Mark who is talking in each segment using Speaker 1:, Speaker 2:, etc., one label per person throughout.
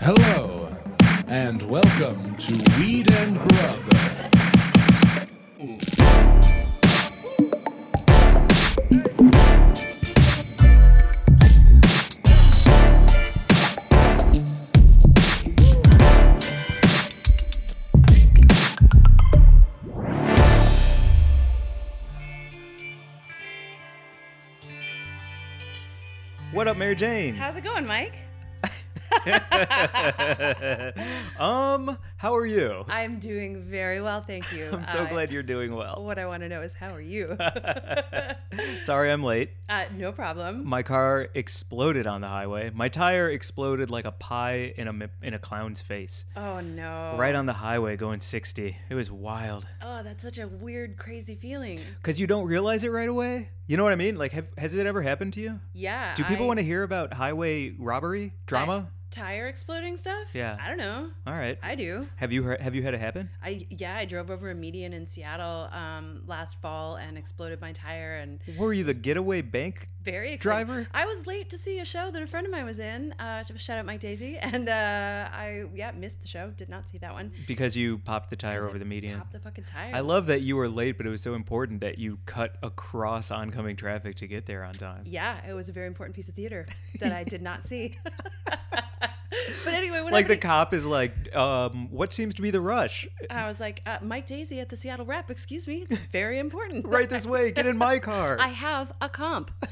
Speaker 1: Hello, and welcome to Weed and Grub.
Speaker 2: What up, Mary Jane?
Speaker 3: How's it going, Mike?
Speaker 2: um, how are you?
Speaker 3: I'm doing very well, thank you.
Speaker 2: I'm so
Speaker 3: Uh,
Speaker 2: glad you're doing well.
Speaker 3: What I want to know is how are you?
Speaker 2: Sorry I'm late.
Speaker 3: uh, no problem.
Speaker 2: My car exploded on the highway. My tire exploded like a pie in a mi- in a clown's face.
Speaker 3: Oh no.
Speaker 2: Right on the highway going 60. It was wild.
Speaker 3: Oh, that's such a weird, crazy feeling.
Speaker 2: Cuz you don't realize it right away. You know what I mean? Like have, has it ever happened to you?
Speaker 3: Yeah.
Speaker 2: Do people
Speaker 3: I-
Speaker 2: want to hear about highway robbery drama?
Speaker 3: tire exploding stuff?
Speaker 2: Yeah.
Speaker 3: I don't know.
Speaker 2: All right.
Speaker 3: I do.
Speaker 2: have you heard, have you had it happen?
Speaker 3: I yeah, I drove over a median in Seattle um, last fall and exploded my tire and
Speaker 2: Were you the getaway bank
Speaker 3: very excited.
Speaker 2: driver?
Speaker 3: I was late to see a show that a friend of mine was in. Uh, shout out Mike Daisy, and uh, I yeah missed the show. Did not see that one.
Speaker 2: Because you popped the tire over
Speaker 3: I
Speaker 2: the median.
Speaker 3: Pop the fucking tire.
Speaker 2: I love that you were late, but it was so important that you cut across oncoming traffic to get there on time.
Speaker 3: Yeah, it was a very important piece of theater that I did not see. but anyway, what
Speaker 2: Like the
Speaker 3: happened-
Speaker 2: cop is like, um, what seems to be the rush?
Speaker 3: I was like, uh, Mike Daisy at the Seattle Rep. Excuse me, it's very important.
Speaker 2: Right this way, get in my car.
Speaker 3: I have a comp.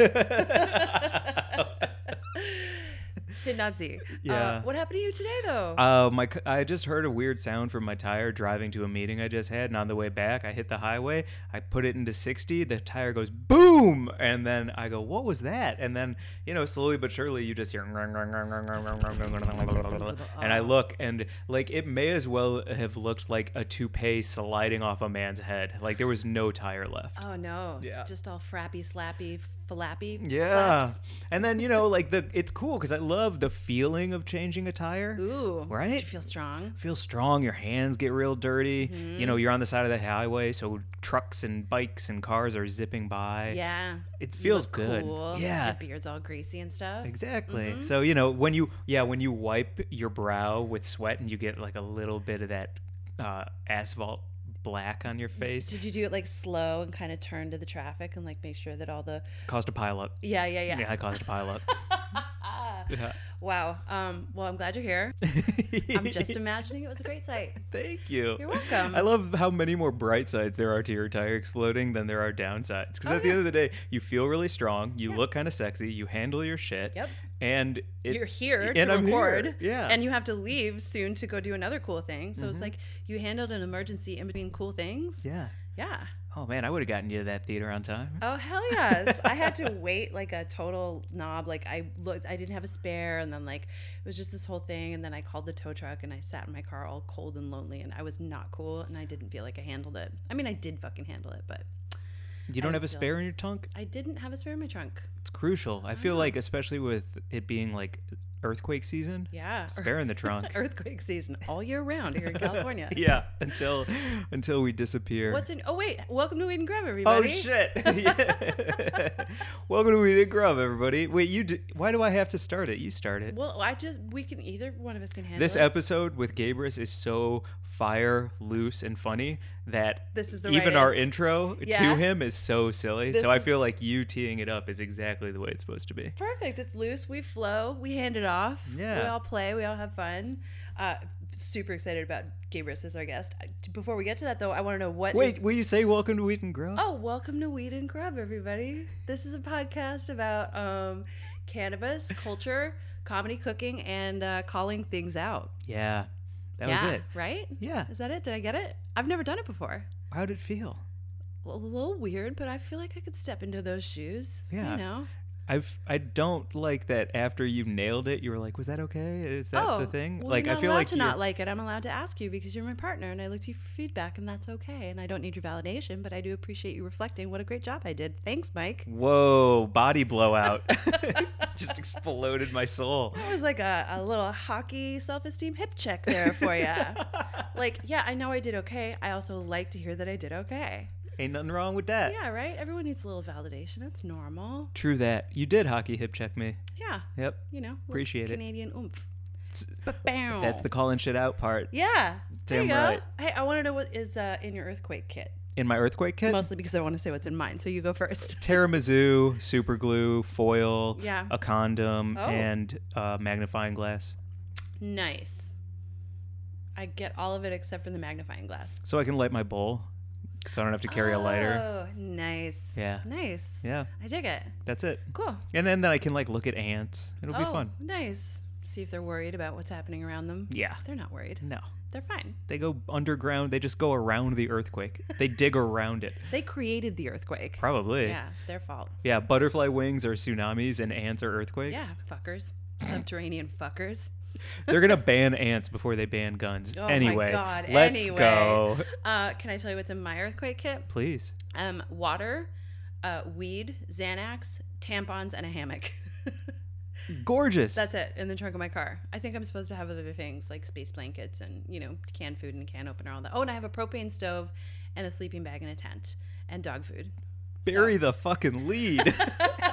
Speaker 3: did not see.
Speaker 2: Yeah.
Speaker 3: Uh, what happened to you today, though?
Speaker 2: Uh, my c- I just heard a weird sound from my tire driving to a meeting I just had, and on the way back, I hit the highway. I put it into 60. The tire goes boom, and then I go, "What was that?" And then you know, slowly but surely, you just hear, "Rung, rung, rung, rung, rung, rung, rung, rung, rung, rung, rung," and I look, and like it may as well have looked like a toupee sliding off a man's head. Like there was no tire left.
Speaker 3: oh no,
Speaker 2: yeah.
Speaker 3: just all frappy, slappy, flappy.
Speaker 2: Yeah,
Speaker 3: flaps.
Speaker 2: and then you know, like the it's cool because I love the feeling of changing a tire.
Speaker 3: Ooh.
Speaker 2: Right?
Speaker 3: Did you feel strong?
Speaker 2: feel strong your hands get real dirty you
Speaker 3: Mm-hmm.
Speaker 2: know you're on the side of the highway so trucks and bikes and cars are zipping by
Speaker 3: Yeah.
Speaker 2: it
Speaker 3: You
Speaker 2: feels
Speaker 3: look
Speaker 2: good
Speaker 3: Cool. Mm-hmm. Your
Speaker 2: yeah
Speaker 3: beard's all greasy and stuff.
Speaker 2: exactly so you know when you yeah when you wipe your brow with sweat and you get like a little bit of that uh, asphalt black on your face
Speaker 3: Did you do it like slow and kind of turn to the traffic and like make sure that all the
Speaker 2: caused a pileup
Speaker 3: yeah yeah yeah, Ah,
Speaker 2: yeah, I caused a pileup yeah.
Speaker 3: wow um well I'm glad you're here I'm just imagining it was a great sight
Speaker 2: Thank you.
Speaker 3: You're welcome.
Speaker 2: I love how many more bright sides there are to your tire exploding than there are downsides.
Speaker 3: Oh,
Speaker 2: Because at the end of the day, you feel really strong, you look kind of sexy, you handle your shit.
Speaker 3: Yep.
Speaker 2: And it,
Speaker 3: you're here
Speaker 2: and
Speaker 3: to
Speaker 2: I'm
Speaker 3: record
Speaker 2: here, Yeah. Mm-hmm.
Speaker 3: and you have to leave soon to go do another cool thing so it's like you handled an emergency in between cool things
Speaker 2: yeah.
Speaker 3: yeah
Speaker 2: Oh man, I would have gotten you to that theater on time.
Speaker 3: oh hell yes I had to wait like a total knob like I looked I didn't have a spare and then like it was just this whole thing and then I called the tow truck and I sat in my car all cold and lonely and I was not cool and I didn't feel like I handled it I mean I did fucking handle it but
Speaker 2: You don't
Speaker 3: I
Speaker 2: have a
Speaker 3: don't.
Speaker 2: spare in your trunk.
Speaker 3: I didn't have a spare in my trunk.
Speaker 2: It's crucial. I
Speaker 3: Uh-huh.
Speaker 2: feel like, especially with it being like earthquake season,
Speaker 3: Yeah.
Speaker 2: spare in the trunk.
Speaker 3: Earthquake season all year round here in California.
Speaker 2: yeah. Until until we disappear.
Speaker 3: What's in? Oh wait, welcome to Weed and Grub,
Speaker 2: Oh
Speaker 3: everybody.
Speaker 2: shit! Yeah. Welcome to We Did Grub, everybody. Wait, you? d why do I have to start it? You start it.
Speaker 3: Well, I just we can either one of us can handle
Speaker 2: This
Speaker 3: it.
Speaker 2: episode with Gabrus is so fire, loose, and funny that
Speaker 3: This is the
Speaker 2: even
Speaker 3: right
Speaker 2: our
Speaker 3: end.
Speaker 2: intro to
Speaker 3: Yeah.
Speaker 2: him is so silly.
Speaker 3: This
Speaker 2: so I
Speaker 3: is-
Speaker 2: feel like you teeing it up is exactly the way it's supposed to be.
Speaker 3: Perfect. It's loose. We flow. We hand it off.
Speaker 2: Yeah.
Speaker 3: We all play. We all have fun. Uh, super excited about Gabrus as our guest. Uh, t- Before we get to that though, I want to know what.
Speaker 2: Wait,
Speaker 3: is-
Speaker 2: will you say welcome to Wheat and Grow?
Speaker 3: Oh, welcome to Weed and Grub, everybody. This is a podcast about um, cannabis, culture, comedy, cooking, and uh, calling things out.
Speaker 2: Yeah, that
Speaker 3: yeah,
Speaker 2: was it.
Speaker 3: Right?
Speaker 2: Yeah,
Speaker 3: Is that it? Did I get it? I've never done it before.
Speaker 2: how'd it feel?
Speaker 3: A little weird, but I feel like I could step into those shoes.
Speaker 2: Yeah.
Speaker 3: You know?
Speaker 2: I've I don't like that. After you nailed it, you were like, "Was that okay? Is that the thing?"
Speaker 3: Oh, well,
Speaker 2: like
Speaker 3: you're
Speaker 2: I
Speaker 3: not
Speaker 2: feel
Speaker 3: allowed
Speaker 2: like
Speaker 3: to
Speaker 2: you're-
Speaker 3: not like it. I'm allowed to ask you because you're my partner, and I look to you for feedback, and that's okay. And I don't need your validation, but I do appreciate you reflecting. What a great job I did. Thanks, Mike.
Speaker 2: Mm. Whoa, body blowout. Just exploded my soul.
Speaker 3: That was like a, a little hockey self-esteem hip check there for you. like, yeah, I know I did okay. I also like to hear that I did okay.
Speaker 2: Ain't nothing wrong with that.
Speaker 3: Yeah, right. Everyone needs a little validation. That's normal.
Speaker 2: True that. You did hockey hip check me.
Speaker 3: Yeah,
Speaker 2: Yep.
Speaker 3: you know, little
Speaker 2: Appreciate it.
Speaker 3: Canadian oomph. Bam.
Speaker 2: That's the calling shit out part.
Speaker 3: yeah. there
Speaker 2: Damn
Speaker 3: you go.
Speaker 2: right.
Speaker 3: Hey, I want to know what is uh, in your earthquake kit,
Speaker 2: In my earthquake kit,
Speaker 3: mostly because I want to say what's in mine. So you go first.
Speaker 2: tiramisu, super glue, foil,
Speaker 3: Yeah.
Speaker 2: a condom,
Speaker 3: Oh.
Speaker 2: and uh, magnifying glass.
Speaker 3: Nice. I get all of it except for the magnifying glass.
Speaker 2: So I can light my bowl, so I don't have to carry a lighter.
Speaker 3: Oh, nice.
Speaker 2: Yeah.
Speaker 3: Nice.
Speaker 2: Yeah,
Speaker 3: I dig it.
Speaker 2: that's it.
Speaker 3: Cool.
Speaker 2: And then, then I can like look at ants. It'll
Speaker 3: oh,
Speaker 2: be fun.
Speaker 3: Nice. See if they're worried about what's happening around them.
Speaker 2: Yeah.
Speaker 3: They're not worried.
Speaker 2: No,
Speaker 3: They're fine.
Speaker 2: they go underground. They just go around the earthquake. They dig around it.
Speaker 3: They created the earthquake.
Speaker 2: Probably.
Speaker 3: Yeah, it's their fault.
Speaker 2: Yeah, Butterfly wings are tsunamis and ants are earthquakes.
Speaker 3: Yeah, fuckers. Subterranean fuckers.
Speaker 2: They're gonna ban ants before they ban guns.
Speaker 3: Oh my
Speaker 2: anyway,
Speaker 3: God,
Speaker 2: let's
Speaker 3: anyway.
Speaker 2: go.
Speaker 3: Uh, can I tell you what's in my earthquake kit?
Speaker 2: Please.
Speaker 3: Um, water, uh, weed, Xanax, tampons, and a hammock.
Speaker 2: Gorgeous.
Speaker 3: That's it in the trunk of my car. I think I'm supposed to have other things like space blankets and you know canned food and a can opener, all that. Oh, and I have a propane stove and a sleeping bag and a tent and dog food.
Speaker 2: bury the fucking lead.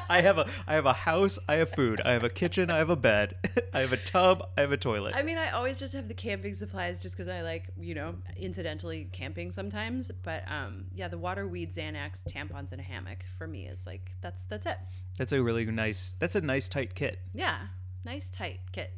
Speaker 2: I have a I have a house, I have food, I have a kitchen, I have a bed, I have a tub, I have a toilet.
Speaker 3: I mean, I always just have the camping supplies just because I like you know incidentally camping sometimes. But um, yeah, the water, weed, Xanax, tampons, and a hammock for me is like that's that's it.
Speaker 2: That's a really nice that's a nice tight kit.
Speaker 3: Yeah, nice tight kit.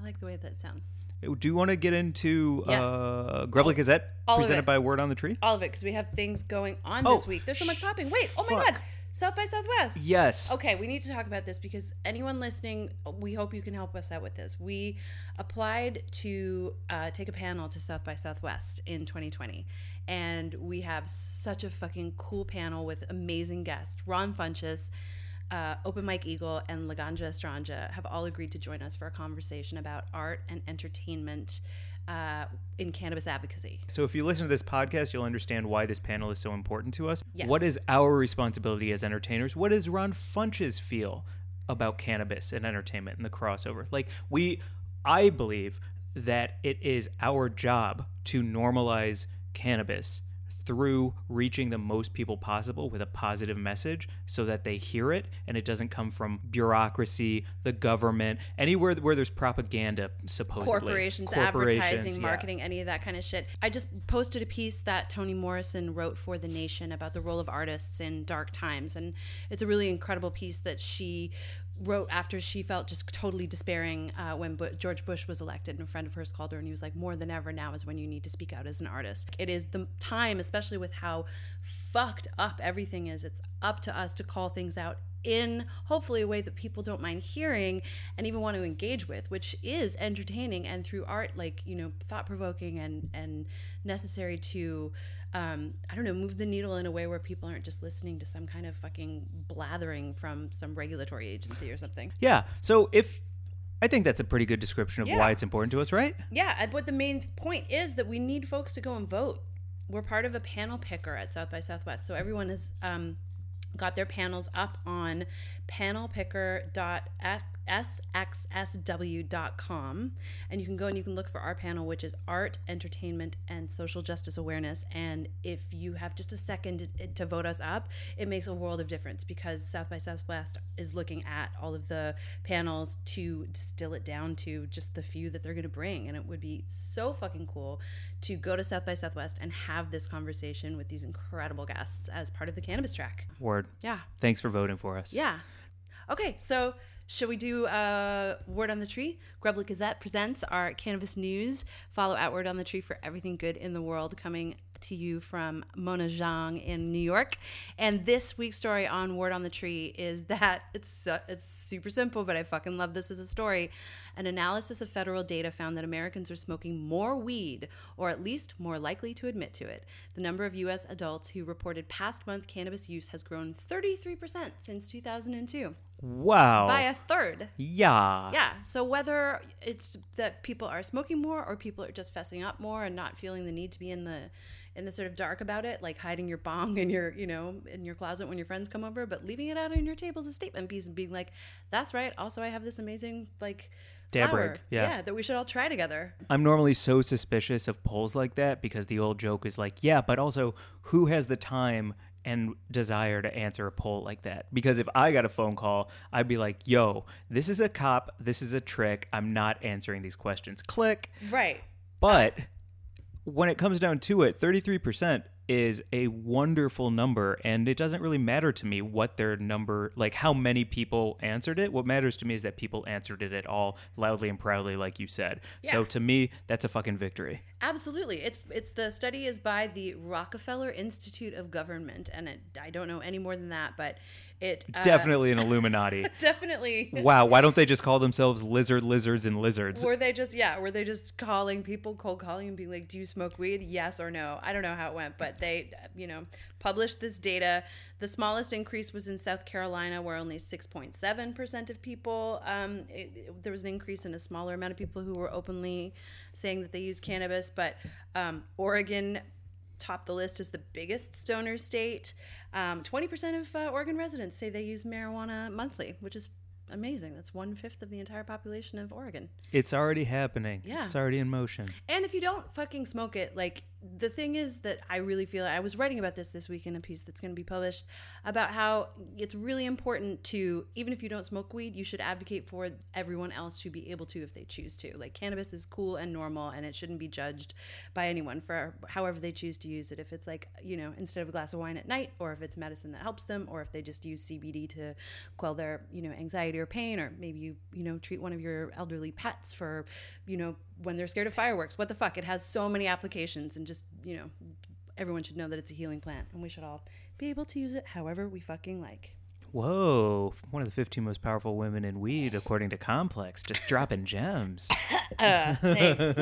Speaker 3: I like the way that sounds.
Speaker 2: Do you want to get into
Speaker 3: Yes.
Speaker 2: uh Grubly Gazette
Speaker 3: all of
Speaker 2: presented
Speaker 3: it.
Speaker 2: by Word on the Tree?
Speaker 3: All of it because we have things going on
Speaker 2: Oh,
Speaker 3: this week. There's so much
Speaker 2: sh-
Speaker 3: popping. Wait, oh my
Speaker 2: fuck.
Speaker 3: god, South by Southwest.
Speaker 2: Yes.
Speaker 3: Okay, we need to talk about this because anyone listening, we hope you can help us out with this. We applied to uh, take a panel to South by Southwest in 2020, and we have such a fucking cool panel with amazing guests. Ron Funches, uh, Open Mike Eagle, and Laganja Estranja have all agreed to join us for a conversation about art and entertainment uh, in cannabis advocacy.
Speaker 2: So if you listen to this podcast, you'll understand why this panel is so important to us.
Speaker 3: Yes.
Speaker 2: What is our responsibility as entertainers? What does Ron Funches feel about cannabis and entertainment and the crossover? Like we I believe that it is our job to normalize cannabis through reaching the most people possible with a positive message so that they hear it and it doesn't come from bureaucracy, the government, anywhere where there's propaganda supposedly.
Speaker 3: corporations, advertising,
Speaker 2: Corporations, yeah.
Speaker 3: marketing, any of that kind of shit. I just posted a piece that Toni Morrison wrote for The Nation about the role of artists in dark times. And it's a really incredible piece that she wrote after she felt just totally despairing uh, when Bu- George Bush was elected. And a friend of hers called her and he was like, More than ever now is when you need to speak out as an artist. It is the time, especially with how fucked up everything is, it's up to us to call things out in hopefully a way that people don't mind hearing and even want to engage with which is entertaining and through art like you know thought provoking and and necessary to um, i don't know move the needle in a way where people aren't just listening to some kind of fucking blathering from some regulatory agency or something
Speaker 2: Yeah. So if I think that's a pretty good description of
Speaker 3: Yeah.
Speaker 2: why it's important to us, right?
Speaker 3: yeah and what the main point is that we need folks to go and vote we're part of a panel picker at south by southwest so everyone has um, got their panels up on panelpicker.sxsw.com and you can go and you can look for our panel which is art entertainment and social justice awareness and if you have just a second to, to vote us up it makes a world of difference because south by southwest is looking at all of the panels to distill it down to just the few that they're going to bring and it would be so fucking cool to go to south by southwest and have this conversation with these incredible guests as part of the cannabis track
Speaker 2: Word.
Speaker 3: Yeah.
Speaker 2: Thanks for voting for us.
Speaker 3: yeah. Okay, so should we do uh, Word on the Tree? Grubly Gazette presents our cannabis news. Follow at Word on the Tree for everything good in the world coming to you from Mona Zhang in New York. And this week's story on Word on the Tree is that it's so, it's super simple, but I fucking love this as a story. An analysis of federal data found that Americans are smoking more weed, or at least more likely to admit to it. The number of U.S. adults who reported past month cannabis use has grown 33% since 2002
Speaker 2: Wow.
Speaker 3: by a third.
Speaker 2: yeah.
Speaker 3: uh, Yeah. So whether it's that people are smoking more or people are just fessing up more and not feeling the need to be in the in the sort of dark about it, like hiding your bong in your, you know, in your closet when your friends come over, but leaving it out on your table as a statement piece and being like, that's right. Also, I have this amazing like
Speaker 2: Dab
Speaker 3: flower.
Speaker 2: rig, yeah.
Speaker 3: yeah, that we should all try together.
Speaker 2: I'm normally so suspicious of polls like that because the old joke is like, yeah, but also who has the time and desire to answer a poll like that. Because if I got a phone call, I'd be like, yo, this is a cop. This is a trick. I'm not answering these questions. Click.
Speaker 3: Right.
Speaker 2: But when it comes down to it, 33% is a wonderful number and it doesn't really matter to me what their number like how many people answered it what matters to me is that people answered it at all loudly and proudly like you said so
Speaker 3: Yeah.
Speaker 2: to me that's a fucking victory
Speaker 3: Absolutely. It's it's the study is by the Rockefeller Institute of Government and it, I don't know any more than that, but it uh,
Speaker 2: definitely an illuminati
Speaker 3: definitely
Speaker 2: wow why don't they just call themselves lizard lizards and lizards
Speaker 3: Were they just yeah? Were they just calling people, cold calling, and being like, "Do you smoke weed? Yes or no?" I don't know how it went, but they, you know, published this data. The smallest increase was in South Carolina, where only six point seven percent of people. Um, it- it- there was an increase in a smaller amount of people who were openly saying that they use cannabis, but um, Oregon topped the list as the biggest stoner state. Um, 20% of uh, Oregon residents say they use marijuana monthly, which is amazing. That's one fifth of the entire population of Oregon.
Speaker 2: it's already happening
Speaker 3: Yeah.
Speaker 2: it's already in motion
Speaker 3: And if you don't fucking smoke it, like the thing is that I really feel I was writing about this this week in a piece that's going to be published about how it's really important to even if you don't smoke weed, you should advocate for everyone else to be able to if they choose to. Like cannabis is cool and normal and it shouldn't be judged by anyone for however they choose to use it. If it's like, you know, instead of a glass of wine at night or if it's medicine that helps them or if they just use CBD to quell their, you know, anxiety or pain or maybe you, you know, treat one of your elderly pets for, you know, when they're scared of fireworks. What the fuck? It has so many applications, and just you know, everyone should know that it's a healing plant, and we should all be able to use it however we fucking like.
Speaker 2: whoa one of the 15 most powerful women in weed according to complex just dropping gems
Speaker 3: Thanks.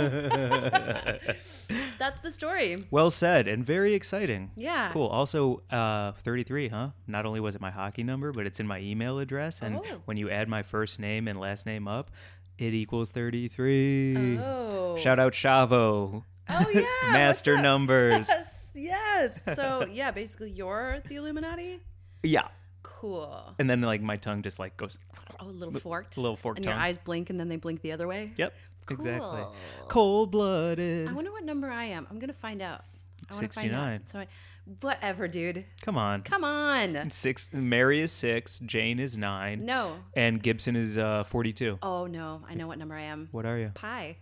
Speaker 3: That's the story.
Speaker 2: Well said and very exciting.
Speaker 3: Yeah.
Speaker 2: Cool. Also, uh, 33, huh? Not only was it my hockey number, but it's in my email address. And
Speaker 3: Oh.
Speaker 2: when you add my first name and last name up, it equals 33.
Speaker 3: Oh.
Speaker 2: Shout out Chavo.
Speaker 3: Oh yeah. what's
Speaker 2: Master
Speaker 3: up?
Speaker 2: numbers.
Speaker 3: Yes. Yes. So yeah, basically, you're the Illuminati.
Speaker 2: yeah.
Speaker 3: Cool.
Speaker 2: And then, like, my tongue just, like, goes,
Speaker 3: Oh, a little forked.
Speaker 2: little forked
Speaker 3: And your
Speaker 2: tongue.
Speaker 3: eyes blink, and then they blink the other way.
Speaker 2: yep, exactly.
Speaker 3: Cool.
Speaker 2: Cold-blooded.
Speaker 3: I wonder what number I am. I'm gonna find out. I wanna Find
Speaker 2: 69.
Speaker 3: out. So, I, whatever, dude.
Speaker 2: Come on.
Speaker 3: Come on.
Speaker 2: Six. Mary is six. Jane is nine.
Speaker 3: No.
Speaker 2: And Gibson is uh, 42.
Speaker 3: Oh no, I know what number I am.
Speaker 2: What are you?
Speaker 3: Pi.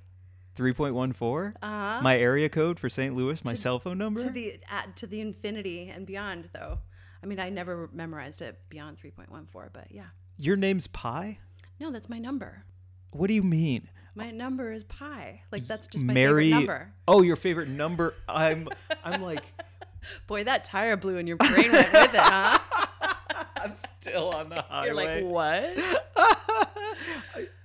Speaker 2: 3.14?
Speaker 3: Uh huh.
Speaker 2: my area code for St. Louis, my cell phone number.
Speaker 3: To the at, to the infinity and beyond, though. I mean, I never memorized it beyond three point one four, but yeah.
Speaker 2: Your name's Pi?
Speaker 3: No, that's my number.
Speaker 2: What do you mean?
Speaker 3: My number is pi. Like that's just my
Speaker 2: Mary.
Speaker 3: favorite number.
Speaker 2: Oh, your favorite number. I'm I'm like
Speaker 3: Boy, that tire blew and your brain went with it, huh?
Speaker 2: I'm still on the
Speaker 3: You're
Speaker 2: highway.
Speaker 3: like, what?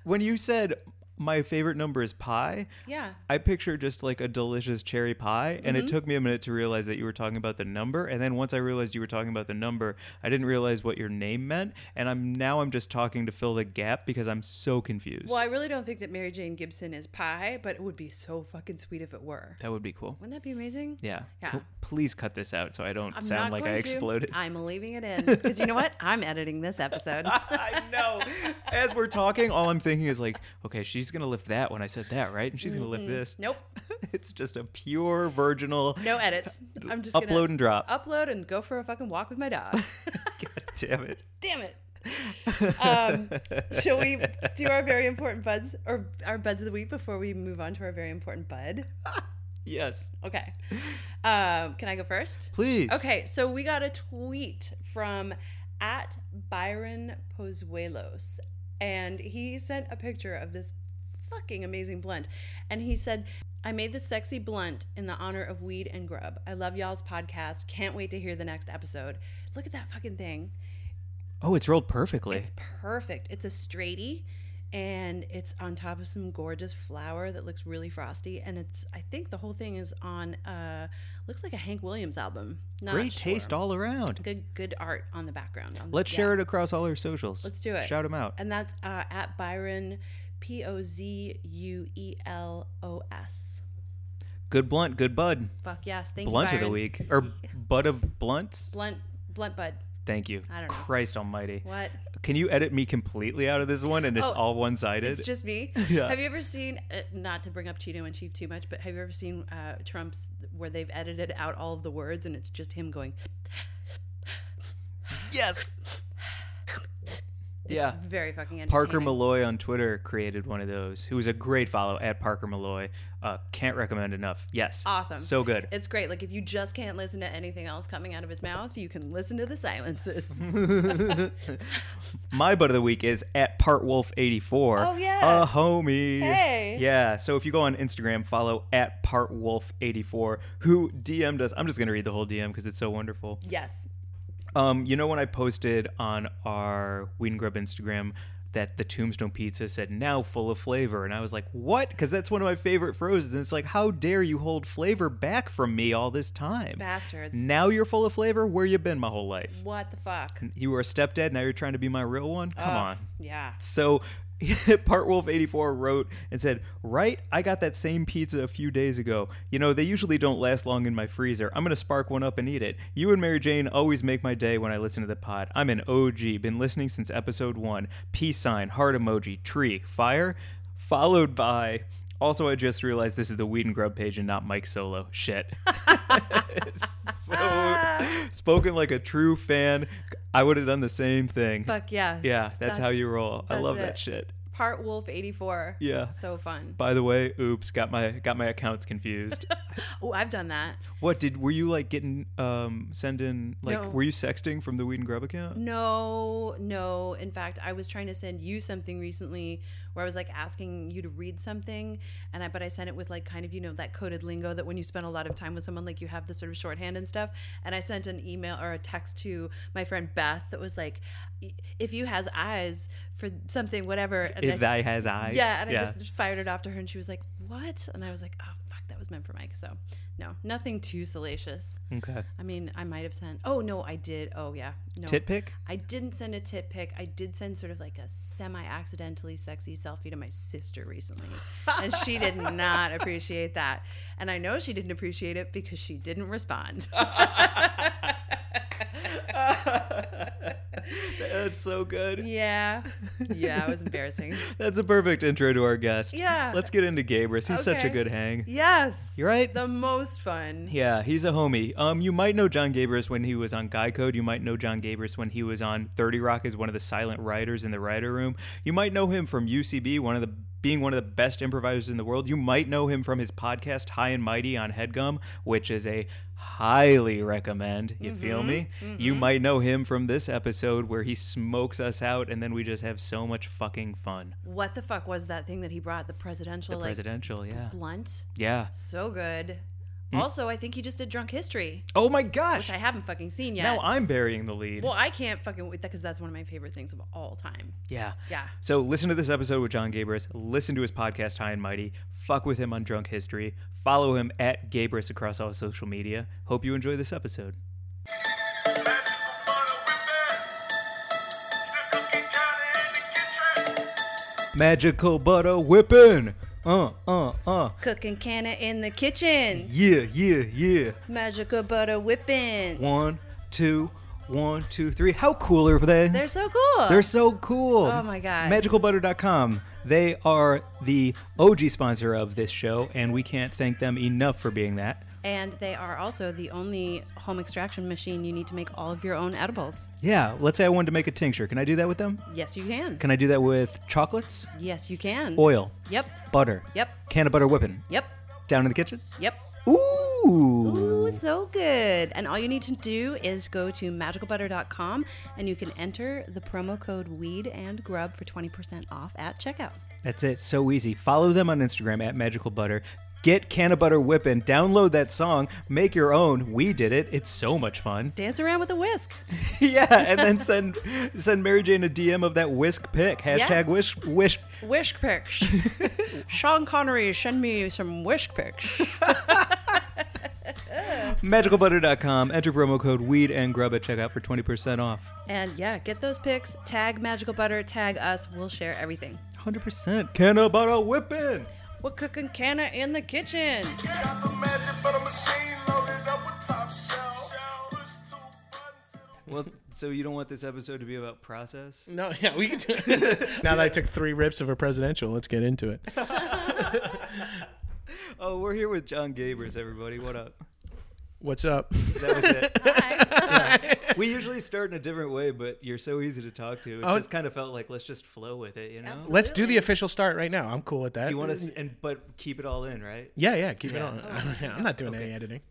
Speaker 2: when you said my favorite number is Pi,
Speaker 3: Yeah.
Speaker 2: I picture just like a delicious cherry pie, and it
Speaker 3: Mm-hmm.
Speaker 2: took me a minute to realize that you were talking about the number. And then once I realized you were talking about the number, I didn't realize what your name meant, and I'm now I'm just talking to fill the gap because I'm so confused.
Speaker 3: Well, I really don't think that Mary Jane Gibson is pi, but it would be so fucking sweet if it were.
Speaker 2: That would be cool.
Speaker 3: Wouldn't that be amazing?
Speaker 2: Yeah.
Speaker 3: Yeah.
Speaker 2: Can- please cut this out so I don't
Speaker 3: I'm
Speaker 2: sound
Speaker 3: not
Speaker 2: like I
Speaker 3: going to.
Speaker 2: exploded.
Speaker 3: I'm leaving it in because you know what? I'm editing this episode.
Speaker 2: I know. As we're talking, all I'm thinking is like, okay, she's gonna lift that when I said that, right? And she's gonna lift this.
Speaker 3: Mm-hmm. Nope.
Speaker 2: It's just a pure virginal
Speaker 3: No edits. I'm just
Speaker 2: upload
Speaker 3: gonna
Speaker 2: and drop.
Speaker 3: upload and go for a fucking walk with my dog.
Speaker 2: God damn it.
Speaker 3: Damn it. Um, shall we do our very important buds or our buds of the week before we move on to our very important bud?
Speaker 2: Yes.
Speaker 3: Okay. Um, can I go first?
Speaker 2: Please.
Speaker 3: Okay, so we got a tweet from at Byron Pozuelos, and he sent a picture of this fucking amazing blunt. And he said, I made this sexy blunt in the honor of Weed and Grub. I love y'all's podcast. Can't wait to hear the next episode. Look at that fucking thing.
Speaker 2: Oh, it's rolled perfectly.
Speaker 3: It's perfect. It's a straighty and it's on top of some gorgeous flower that looks really frosty. And it's, I think the whole thing is on, uh, looks like a Hank Williams album. Not
Speaker 2: Great
Speaker 3: sure.
Speaker 2: taste all around.
Speaker 3: Good, good art on the background. On
Speaker 2: Let's share it across all our socials.
Speaker 3: Let's do it.
Speaker 2: Shout them out.
Speaker 3: And that's uh, at Byron, P O Z U E L O S.
Speaker 2: Good blunt, good bud.
Speaker 3: Fuck yes. Thank
Speaker 2: Blunt
Speaker 3: you.
Speaker 2: of the
Speaker 3: Byron.
Speaker 2: week. Or bud of blunts.
Speaker 3: Blunt, blunt bud.
Speaker 2: Thank you.
Speaker 3: I don't know.
Speaker 2: Christ almighty.
Speaker 3: What?
Speaker 2: Can you edit me completely out of this one and it's
Speaker 3: Oh,
Speaker 2: all one sided?
Speaker 3: It's just me.
Speaker 2: Yeah.
Speaker 3: Have you ever seen, uh, not to bring up Cheeto and Chief too much, but have you ever seen uh, Trump's where they've edited out all of the words and it's just him going,
Speaker 2: yes. Yeah.
Speaker 3: Very fucking entertaining.
Speaker 2: Parker Malloy on Twitter created one of those. Who was a great follow at Parker Malloy. Uh, can't recommend enough. Yes.
Speaker 3: Awesome.
Speaker 2: So good.
Speaker 3: It's great. Like if you just can't listen to anything else coming out of his mouth, you can listen to the silences.
Speaker 2: My butt of the week is at partwolf84.
Speaker 3: Oh, yeah.
Speaker 2: A homie.
Speaker 3: Hey.
Speaker 2: Yeah. So if you go on Instagram, follow at partwolf84, who DM'd us. I'm just going to read the whole DM because it's so wonderful.
Speaker 3: yes.
Speaker 2: Um, you know when I posted on our Weed and Grub Instagram that the Tombstone Pizza said now full of flavor, and I was like, "What?" Because that's one of my favorite phrases. And it's like, "How dare you hold flavor back from me all this time,
Speaker 3: Bastards.
Speaker 2: Now you're full of flavor. Where you been my whole life?
Speaker 3: What the fuck?
Speaker 2: You were a stepdad. Now you're trying to be my real one. Come on."
Speaker 3: Yeah.
Speaker 2: So. Partwolf84 wrote and said, Right, I got that same pizza a few days ago. You know, they usually don't last long in my freezer. I'm going to spark one up and eat it. You and Mary Jane always make my day when I listen to the pod. I'm an OG, been listening since episode one. Peace sign, heart emoji, tree, fire, followed by. Also, I just realized this is the Weed and Grub page and not Mike Solo. Shit. so, spoken like a true fan, I would have done the same thing.
Speaker 3: Fuck yeah.
Speaker 2: Yeah, that's, how you roll. I
Speaker 3: that's
Speaker 2: love that
Speaker 3: it.
Speaker 2: shit.
Speaker 3: Part Wolf 84.
Speaker 2: Yeah.
Speaker 3: So fun.
Speaker 2: By the way, oops, got my got my accounts confused.
Speaker 3: Oh, I've done that.
Speaker 2: what did were you like getting um sending like
Speaker 3: No.
Speaker 2: were you sexting from the Weed and Grub account?
Speaker 3: No, no. In fact, I was trying to send you something recently where I was like asking you to read something, and I but I sent it with like kind of you know that coded lingo that when you spend a lot of time with someone, like you have the sort of shorthand and stuff. And I sent an email or a text to my friend Beth that was like, "If you has eyes for something, whatever." And I
Speaker 2: If
Speaker 3: just-
Speaker 2: thy has eyes.
Speaker 3: yeah, and I just fired it off to her, and she was like, "What?" And I was like, "Oh fuck, that was meant for Mike." So no, nothing too salacious.
Speaker 2: okay.
Speaker 3: I mean, I might have sent. Oh no, I did. Oh yeah, no.
Speaker 2: Tit pick?
Speaker 3: I didn't send a tit pic. I did send sort of like a semi-accidentally sexy selfie to my sister recently, and she did not appreciate that. And I know she didn't appreciate it because she didn't respond.
Speaker 2: That's so good.
Speaker 3: yeah, yeah, it was embarrassing.
Speaker 2: That's a perfect intro to our guest.
Speaker 3: Yeah.
Speaker 2: Let's get into Gabrus. He's such a
Speaker 3: Okay.
Speaker 2: good hang.
Speaker 3: Yes,
Speaker 2: You're right.
Speaker 3: the most fun.
Speaker 2: Yeah, he's a homie. Um, you might know John Gabris when he was on Guy Code. You might know John Gabris when he was on Thirty Rock as one of the silent writers in the writer room. You might know him from UCB, one of the being one of the best improvisers in the world. You might know him from his podcast High and Mighty on Headgum, which is a highly recommend.
Speaker 3: Mm-hmm,
Speaker 2: You feel me? You might know him from this episode where he smokes us out, and then we just have so much fucking fun.
Speaker 3: What the fuck was that thing that he brought? The presidential, like
Speaker 2: Presidential, yeah,
Speaker 3: blunt.
Speaker 2: yeah.
Speaker 3: So good. Also, I think he just did Drunk History,
Speaker 2: Oh my
Speaker 3: which
Speaker 2: gosh!
Speaker 3: I haven't fucking seen yet.
Speaker 2: Now I'm burying the lead.
Speaker 3: well, I can't fucking wait because that's one of my favorite things of all time.
Speaker 2: Yeah.
Speaker 3: Yeah.
Speaker 2: So listen to this episode with John Gabris. Listen to his podcast High and Mighty. Fuck with him on Drunk History. Follow him at Gabris across all social media. Hope you enjoy this episode. Magical butter whipping. Uh uh uh.
Speaker 3: Cooking canna in the kitchen,
Speaker 2: Yeah yeah yeah.
Speaker 3: magical butter whipping.
Speaker 2: One two one two three. How cool are they?
Speaker 3: They're so cool.
Speaker 2: They're so cool.
Speaker 3: Oh my God.
Speaker 2: Magicalbutter.com. They are the OG sponsor of this show, and we can't thank them enough for being that.
Speaker 3: and they are also the only home extraction machine you need to make all of your own edibles.
Speaker 2: Yeah, let's say I wanted to make a tincture. Can I do that with them?
Speaker 3: Yes, you can.
Speaker 2: Can I do that with chocolates,
Speaker 3: yes, you can.
Speaker 2: oil,
Speaker 3: Yep.
Speaker 2: butter,
Speaker 3: Yep.
Speaker 2: can of butter whipping,
Speaker 3: Yep.
Speaker 2: down in the kitchen?
Speaker 3: Yep.
Speaker 2: Ooh.
Speaker 3: Ooh, so good. And all you need to do is go to magicalbutter.com and you can enter the promo code weed and grub for 20% off at checkout.
Speaker 2: That's it. So easy. Follow them on Instagram at Magical Butter. Get can of butter whipping. Download that song. Make your own. We did it. It's so much fun.
Speaker 3: Dance around with a whisk.
Speaker 2: yeah, and then send send Mary Jane a DM of that whisk pick. Hashtag
Speaker 3: Yeah.
Speaker 2: wish wish.
Speaker 3: Whisk picks. Sean Connery, send me some whisk picks.
Speaker 2: Magicalbutter.com. Enter promo code weed and grub at checkout for 20% off.
Speaker 3: And yeah, get those pics. Tag Magical Butter, tag us. We'll share everything.
Speaker 2: 100%. Can of butter whipping.
Speaker 3: We're cooking canna in the kitchen.
Speaker 4: Got the magic for the machine loaded up with top shelf. Push two buttons. it'll
Speaker 2: Well, so you don't want this episode to be about process?
Speaker 5: No, yeah, we could do it. now that I took three rips of a presidential, let's get into it.
Speaker 2: Oh, we're here with John Gabers, everybody. What up?
Speaker 5: What's up?
Speaker 2: That was it.
Speaker 3: Hi.
Speaker 2: we usually start in a different way, but you're so easy to talk to. It
Speaker 5: Oh.
Speaker 2: just kind of felt like let's just flow with it, you know.
Speaker 3: Absolutely.
Speaker 5: Let's do the official start right now. I'm cool with that.
Speaker 2: Do you want us and but keep it all in, right?
Speaker 5: Yeah, yeah. Keep it
Speaker 2: Yeah.
Speaker 5: on. I'm not doing any editing.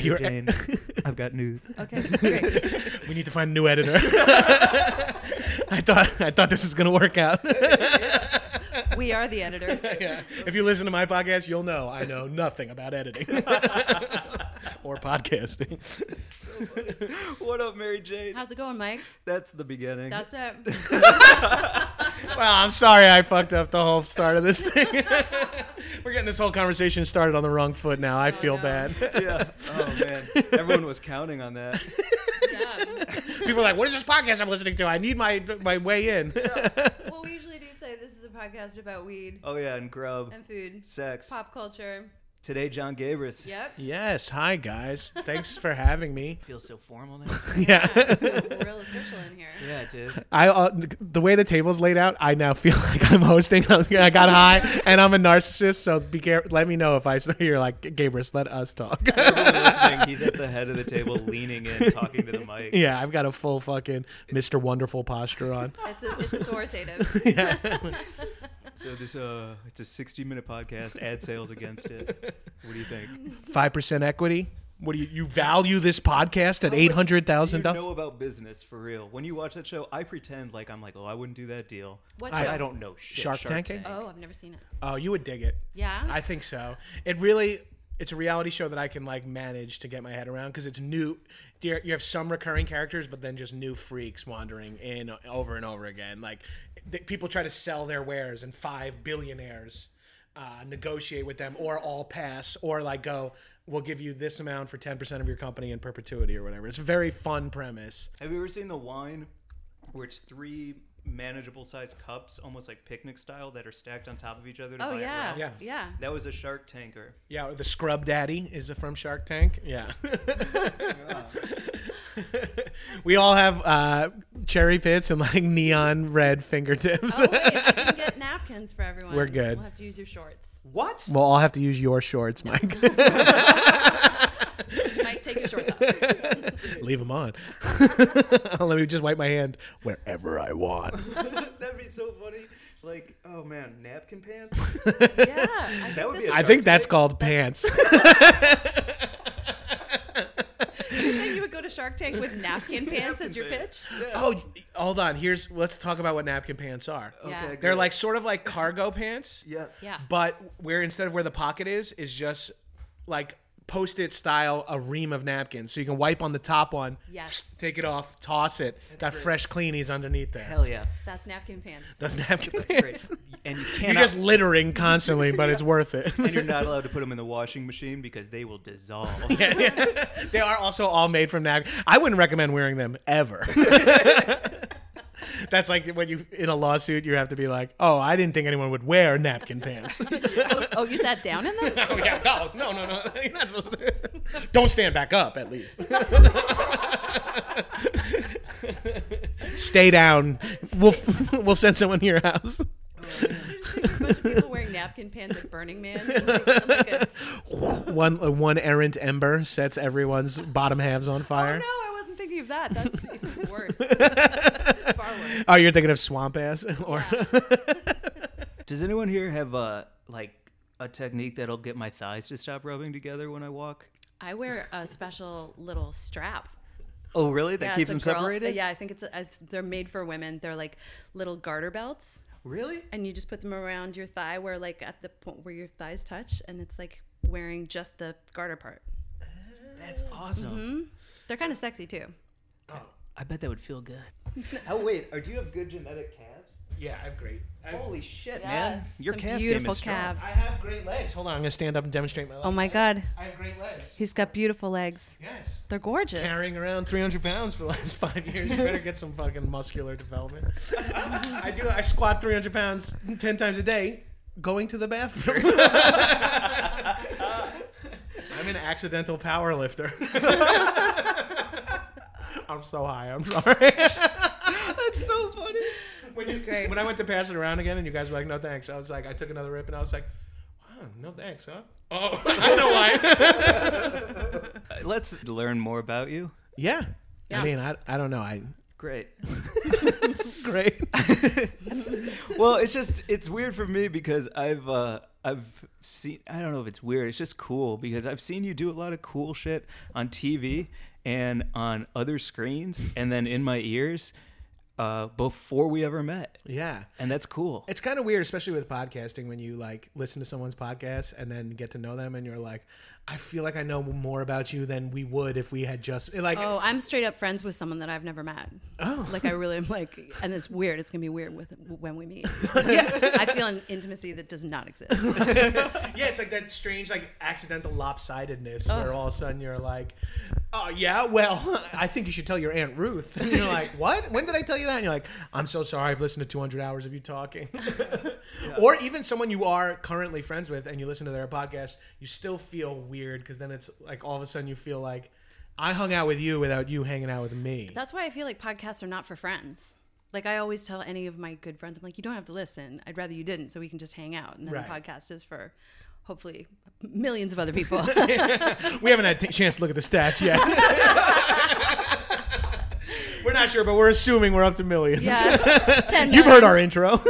Speaker 5: You're-
Speaker 2: Jane, I've got news.
Speaker 3: okay. great.
Speaker 5: we need to find a new editor. I thought I thought this was gonna work out.
Speaker 3: We are the editors.
Speaker 5: Yeah. If you listen to my podcast, you'll know I know nothing about editing or podcasting.
Speaker 2: what up, Mary Jane?
Speaker 3: How's it going, Mike?
Speaker 2: That's the beginning.
Speaker 3: That's it.
Speaker 5: Well, I'm sorry I fucked up the whole start of this thing. We're getting this whole conversation started on the wrong foot now. I feel
Speaker 3: no.
Speaker 5: bad.
Speaker 2: yeah. Oh man, everyone was counting on that.
Speaker 3: Yeah.
Speaker 5: People are like, "What is this podcast I'm listening to? I need my my way in."
Speaker 3: Well, we usually do say this is a podcast about weed
Speaker 2: Oh yeah, and grub,
Speaker 3: and food,
Speaker 2: sex.
Speaker 3: pop culture.
Speaker 2: Today, John Gabris.
Speaker 3: Yep.
Speaker 5: Yes, hi guys. Thanks for having me.
Speaker 2: Feels so formal now.
Speaker 5: Yeah.
Speaker 3: Real official in here.
Speaker 2: yeah, it did.
Speaker 5: I uh, the way the table's laid out, I now feel like I'm hosting. I got high, and I'm a narcissist. So be care- Let me know if I so you're like Gabrus. Let us talk.
Speaker 2: Everyone listening, he's at the head of the table, leaning in, talking to the mic.
Speaker 5: yeah, I've got a full fucking Mr. Wonderful posture on.
Speaker 3: It's, a, it's authoritative.
Speaker 2: So this, uh, it's a 60-minute podcast. Ad sales against it. What do you think?
Speaker 5: Five percent equity. What do you you value this podcast at eight hundred thousand
Speaker 2: Do you know
Speaker 5: dollars?
Speaker 2: about business for real? When you watch that show, I pretend like I'm like, oh, I wouldn't do that deal.
Speaker 3: What
Speaker 2: I,
Speaker 3: show?
Speaker 2: I don't know shit.
Speaker 5: Shark Tank?
Speaker 3: Oh, I've never seen it.
Speaker 5: Oh, you would dig it.
Speaker 3: Yeah.
Speaker 5: I think so. It really. It's a reality show that I can like manage to get my head around because it's new. You're- You have some recurring characters, but then just new freaks wandering in over and over again. Like th- people try to sell their wares, and five billionaires uh, negotiate with them, or all pass, or like go, "We'll give you this amount for ten percent of your company in perpetuity, or whatever." It's a very fun premise.
Speaker 2: Have you ever seen the wine where it's three manageable sized cups, almost like picnic style, that are stacked on top of each other? To
Speaker 3: oh
Speaker 2: buy
Speaker 3: yeah.
Speaker 2: Around?
Speaker 5: Yeah.
Speaker 3: Yeah.
Speaker 2: That was a Shark Tanker.
Speaker 5: Yeah, or the Scrub Daddy is from Shark Tank. Yeah. we all have uh, cherry pits and like neon red fingertips.
Speaker 3: Oh wait, I can get napkins for everyone.
Speaker 5: We're good.
Speaker 3: We'll have to use your shorts.
Speaker 2: What?
Speaker 5: We'll all have to use your shorts, Mike.
Speaker 3: Mike, take your shorts off.
Speaker 5: Leave them on. Let me just wipe my hand wherever I want.
Speaker 2: That'd be so funny. Like, oh man, napkin pants?
Speaker 3: Yeah. I
Speaker 2: That
Speaker 3: think
Speaker 2: would
Speaker 3: this
Speaker 2: be a
Speaker 3: is
Speaker 5: I think that's called pants.
Speaker 3: Then you would go to Shark Tank with napkin pants as your pitch.
Speaker 5: oh, hold on. Here's let's talk about what napkin pants are.
Speaker 3: Yeah.
Speaker 2: Okay,
Speaker 5: They're
Speaker 2: good.
Speaker 5: like sort of like cargo pants.
Speaker 2: Yes.
Speaker 3: Yeah.
Speaker 5: but where instead of where the pocket is is just like post-it style a ream of napkins so you can wipe on the top one
Speaker 3: Yes.
Speaker 5: take it off toss it got fresh cleanies underneath there
Speaker 2: Hell yeah.
Speaker 3: That's napkin pants.
Speaker 5: those napkins
Speaker 2: Great. And you
Speaker 5: you're
Speaker 2: can't.
Speaker 5: just littering constantly but it's worth it
Speaker 2: and you're not allowed to put them in the washing machine because they will dissolve.
Speaker 5: they are also all made from napkins i wouldn't recommend wearing them ever That's like when you in a lawsuit you have to be like, oh, I didn't think anyone would wear napkin pants.
Speaker 3: Oh, you sat down in them?
Speaker 5: oh yeah, no, no, no, no. You're not supposed to. Don't stand back up, at least. Stay down. We'll we'll send someone to your house.
Speaker 3: A bunch of people wearing napkin pants at Burning Man. Like, like a-
Speaker 5: One uh, one errant ember sets everyone's bottom halves on
Speaker 3: oh
Speaker 5: fire.
Speaker 3: no,
Speaker 5: Oh,
Speaker 3: I wasn't thinking of that. That's even worse. Far worse.
Speaker 5: Oh, you're thinking of swamp ass, or
Speaker 2: Does anyone here have uh, like a technique that'll get my thighs to stop rubbing together when I walk?
Speaker 3: I wear a special little strap.
Speaker 2: Oh, really? That
Speaker 3: Yeah,
Speaker 2: keeps them
Speaker 3: it's a girl-
Speaker 2: separated?
Speaker 3: Yeah, I think it's, a, it's they're made for women. They're like little garter belts,
Speaker 2: Really?
Speaker 3: and you just put them around your thigh, where like at the point where your thighs touch, and it's like wearing just the garter part.
Speaker 2: That's
Speaker 3: Mm-hmm.
Speaker 2: awesome.
Speaker 3: They're kind of sexy too.
Speaker 2: I bet that would feel good. oh wait, are do you have good genetic calves?
Speaker 5: yeah, I'm great. I,
Speaker 2: Holy shit,
Speaker 3: Yes,
Speaker 2: man! Your
Speaker 3: some
Speaker 2: calf
Speaker 3: beautiful
Speaker 2: game is strong.
Speaker 3: calves.
Speaker 5: have great legs. Hold on, I'm gonna stand up and demonstrate my legs.
Speaker 3: Oh my god,
Speaker 5: I have great legs.
Speaker 3: he's got beautiful legs.
Speaker 5: Yes.
Speaker 3: They're gorgeous.
Speaker 5: carrying around 300 pounds for the last five years. You better get some fucking muscular development. I do. I squat 300 pounds 10 times a day, going to the bathroom. I'm an accidental power lifter. I'm so high. I'm sorry. That's so funny. When, you,
Speaker 3: great.
Speaker 5: when I went to pass it around again, and you guys were like, "No thanks," I was like, I took another rip, and I was like, "Wow, Oh, no thanks, huh? Oh, I know why.
Speaker 2: Uh, Let's learn more about you.
Speaker 5: yeah.
Speaker 3: Yeah.
Speaker 5: I mean, I, I don't know. I
Speaker 2: Great.
Speaker 5: great.
Speaker 2: well, it's just it's weird for me because I've uh I've seen I don't know if it's weird, it's just cool because I've seen you do a lot of cool shit on TV and on other screens and then in my ears uh before we ever met.
Speaker 5: yeah.
Speaker 2: And that's cool.
Speaker 5: It's kind of weird, especially with podcasting, when you like listen to someone's podcast and then get to know them, and you're like, I feel like I know more about you than we would if we had just like.
Speaker 3: Oh, I'm straight up friends with someone that I've never met.
Speaker 5: Oh.
Speaker 3: Like I really am like, and it's weird. It's gonna be weird with when we meet. I feel an intimacy that does not exist.
Speaker 5: Yeah, it's like that strange, like accidental lopsidedness where all of a sudden you're like, oh, yeah, well, I think you should tell your Aunt Ruth. And you're like, what? When did I tell you that? And you're like, I'm so sorry. I've listened to 200 hours of you talking. Or even someone you are currently friends with and you listen to their podcast, you still feel weird because then it's like all of a sudden you feel like, I hung out with you without you hanging out with me.
Speaker 3: That's why I feel like podcasts are not for friends. Like I always tell any of my good friends, I'm like, you don't have to listen. I'd rather you didn't, so we can just hang out. And then
Speaker 5: Right.
Speaker 3: the podcast is for hopefully millions of other people.
Speaker 5: We haven't had a t- chance to look at the stats yet. we're not sure, but we're assuming we're up to millions.
Speaker 3: yeah, ten.
Speaker 5: You've heard
Speaker 3: million
Speaker 5: our intro.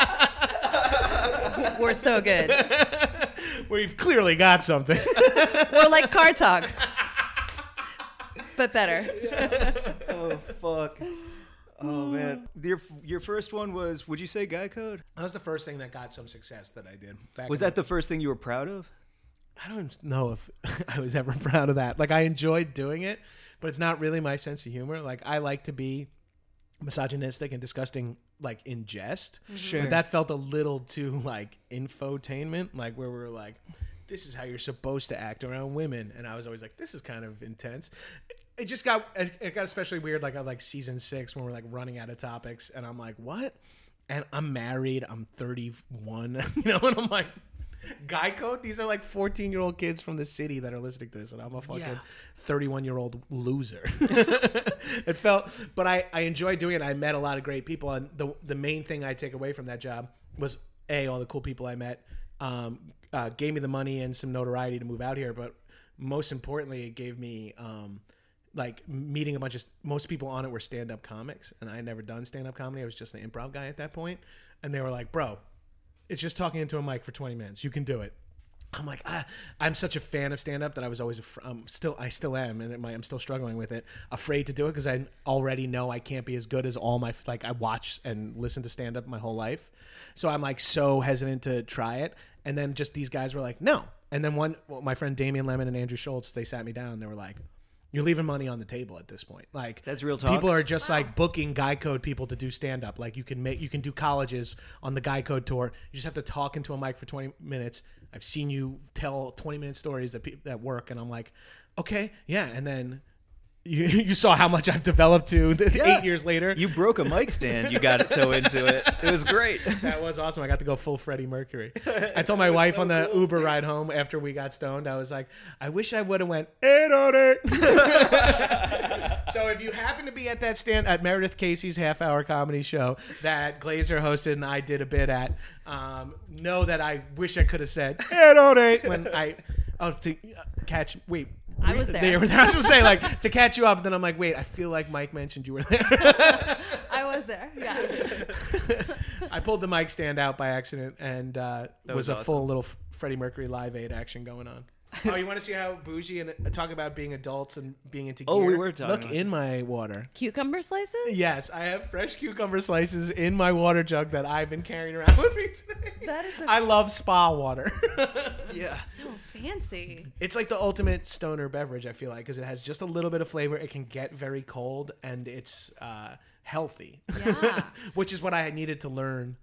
Speaker 3: worldwide. We're so good.
Speaker 5: We've clearly got something.
Speaker 3: We're like car talk, but better.
Speaker 2: oh fuck. Oh man. Your your first one was would you say guy code?
Speaker 5: That was the first thing that got some success that I did. Back
Speaker 2: Was
Speaker 5: in-
Speaker 2: that the first thing you were proud of?
Speaker 5: I don't know if I was ever proud of that. Like I enjoyed doing it, but it's not really my sense of humor. Like I like to be misogynistic and disgusting, like in jest.
Speaker 2: Sure.
Speaker 5: But that felt a little too like infotainment, like where we were like, this is how you're supposed to act around women, and I was always like, this is kind of intense. It just got it got especially weird, like on like season six when we're like running out of topics, and I'm like, what? And I'm married. I'm 31, you know, and I'm like. Guy code? These are like 14 year old kids from the city that are listening to this, and I'm a fucking 31 year old loser. it felt, but I, I enjoyed doing it. I met a lot of great people, and the, the main thing I take away from that job was A, all the cool people I met, um, uh, gave me the money and some notoriety to move out here, but most importantly, it gave me. Um, like meeting a bunch of most people on it were stand up comics, and I had never done stand up comedy. I was just an improv guy at that point, and they were like, "Bro, it's just talking into a mic for 20 minutes. You can do it. I'm like, I, I'm such a fan of stand up that I was always, af- um, still, I still am, and it might, I'm still struggling with it, afraid to do it because I already know I can't be as good as all my, like, I watch and listen to stand up my whole life. So I'm like so hesitant to try it. And then just these guys were like, no. And then one, well, my friend Damian Lemon and Andrew Schultz, they sat me down and they were like, you're leaving money on the table at this point. Like
Speaker 2: That's real talk.
Speaker 5: People are just like booking guy code people to do stand up. Like you can make you can do colleges on the guy code tour. You just have to talk into a mic for 20 minutes. I've seen you tell 20 minute stories that peop that work and I'm like, "Okay, yeah." And then you, you saw how much I've developed to
Speaker 2: Yeah.
Speaker 5: 8 years later.
Speaker 2: You broke a mic stand. You got it so into it. It was great.
Speaker 5: that was awesome. I got to go full Freddie Mercury. I told my wife on the Uber ride home after we got stoned, I was like, I wish I would have went eight on it. so if you happen to be at that stand at Meredith Casey's half hour comedy show that Glazer hosted and I did a bit at, um, know that I wish I could have said eight on it when I oh to uh, catch wait.
Speaker 3: I was
Speaker 5: They
Speaker 3: there.
Speaker 5: were there. I was just saying, like, to catch you up. Then I'm like, wait, I feel like Mike mentioned you were there.
Speaker 3: I was there. Yeah.
Speaker 5: I pulled the mic stand out by accident and uh, was,
Speaker 2: was
Speaker 5: a
Speaker 2: awesome.
Speaker 5: full little F- Freddie Mercury Live Aid action going on. oh, you want to see how bougie and uh, talk about being adults and being into gear?
Speaker 2: Oh, we were talking
Speaker 5: Look
Speaker 2: about
Speaker 5: in my water.
Speaker 3: Cucumber slices?
Speaker 5: Yes, I have fresh cucumber slices in my water jug that I've been carrying around with me today.
Speaker 3: That is a-
Speaker 5: I love spa water.
Speaker 2: Yeah.
Speaker 3: So fancy.
Speaker 5: it's like the ultimate stoner beverage. I feel like because it has just a little bit of flavor. It can get very cold, and it's uh, healthy.
Speaker 3: Yeah.
Speaker 5: which is what I needed to learn.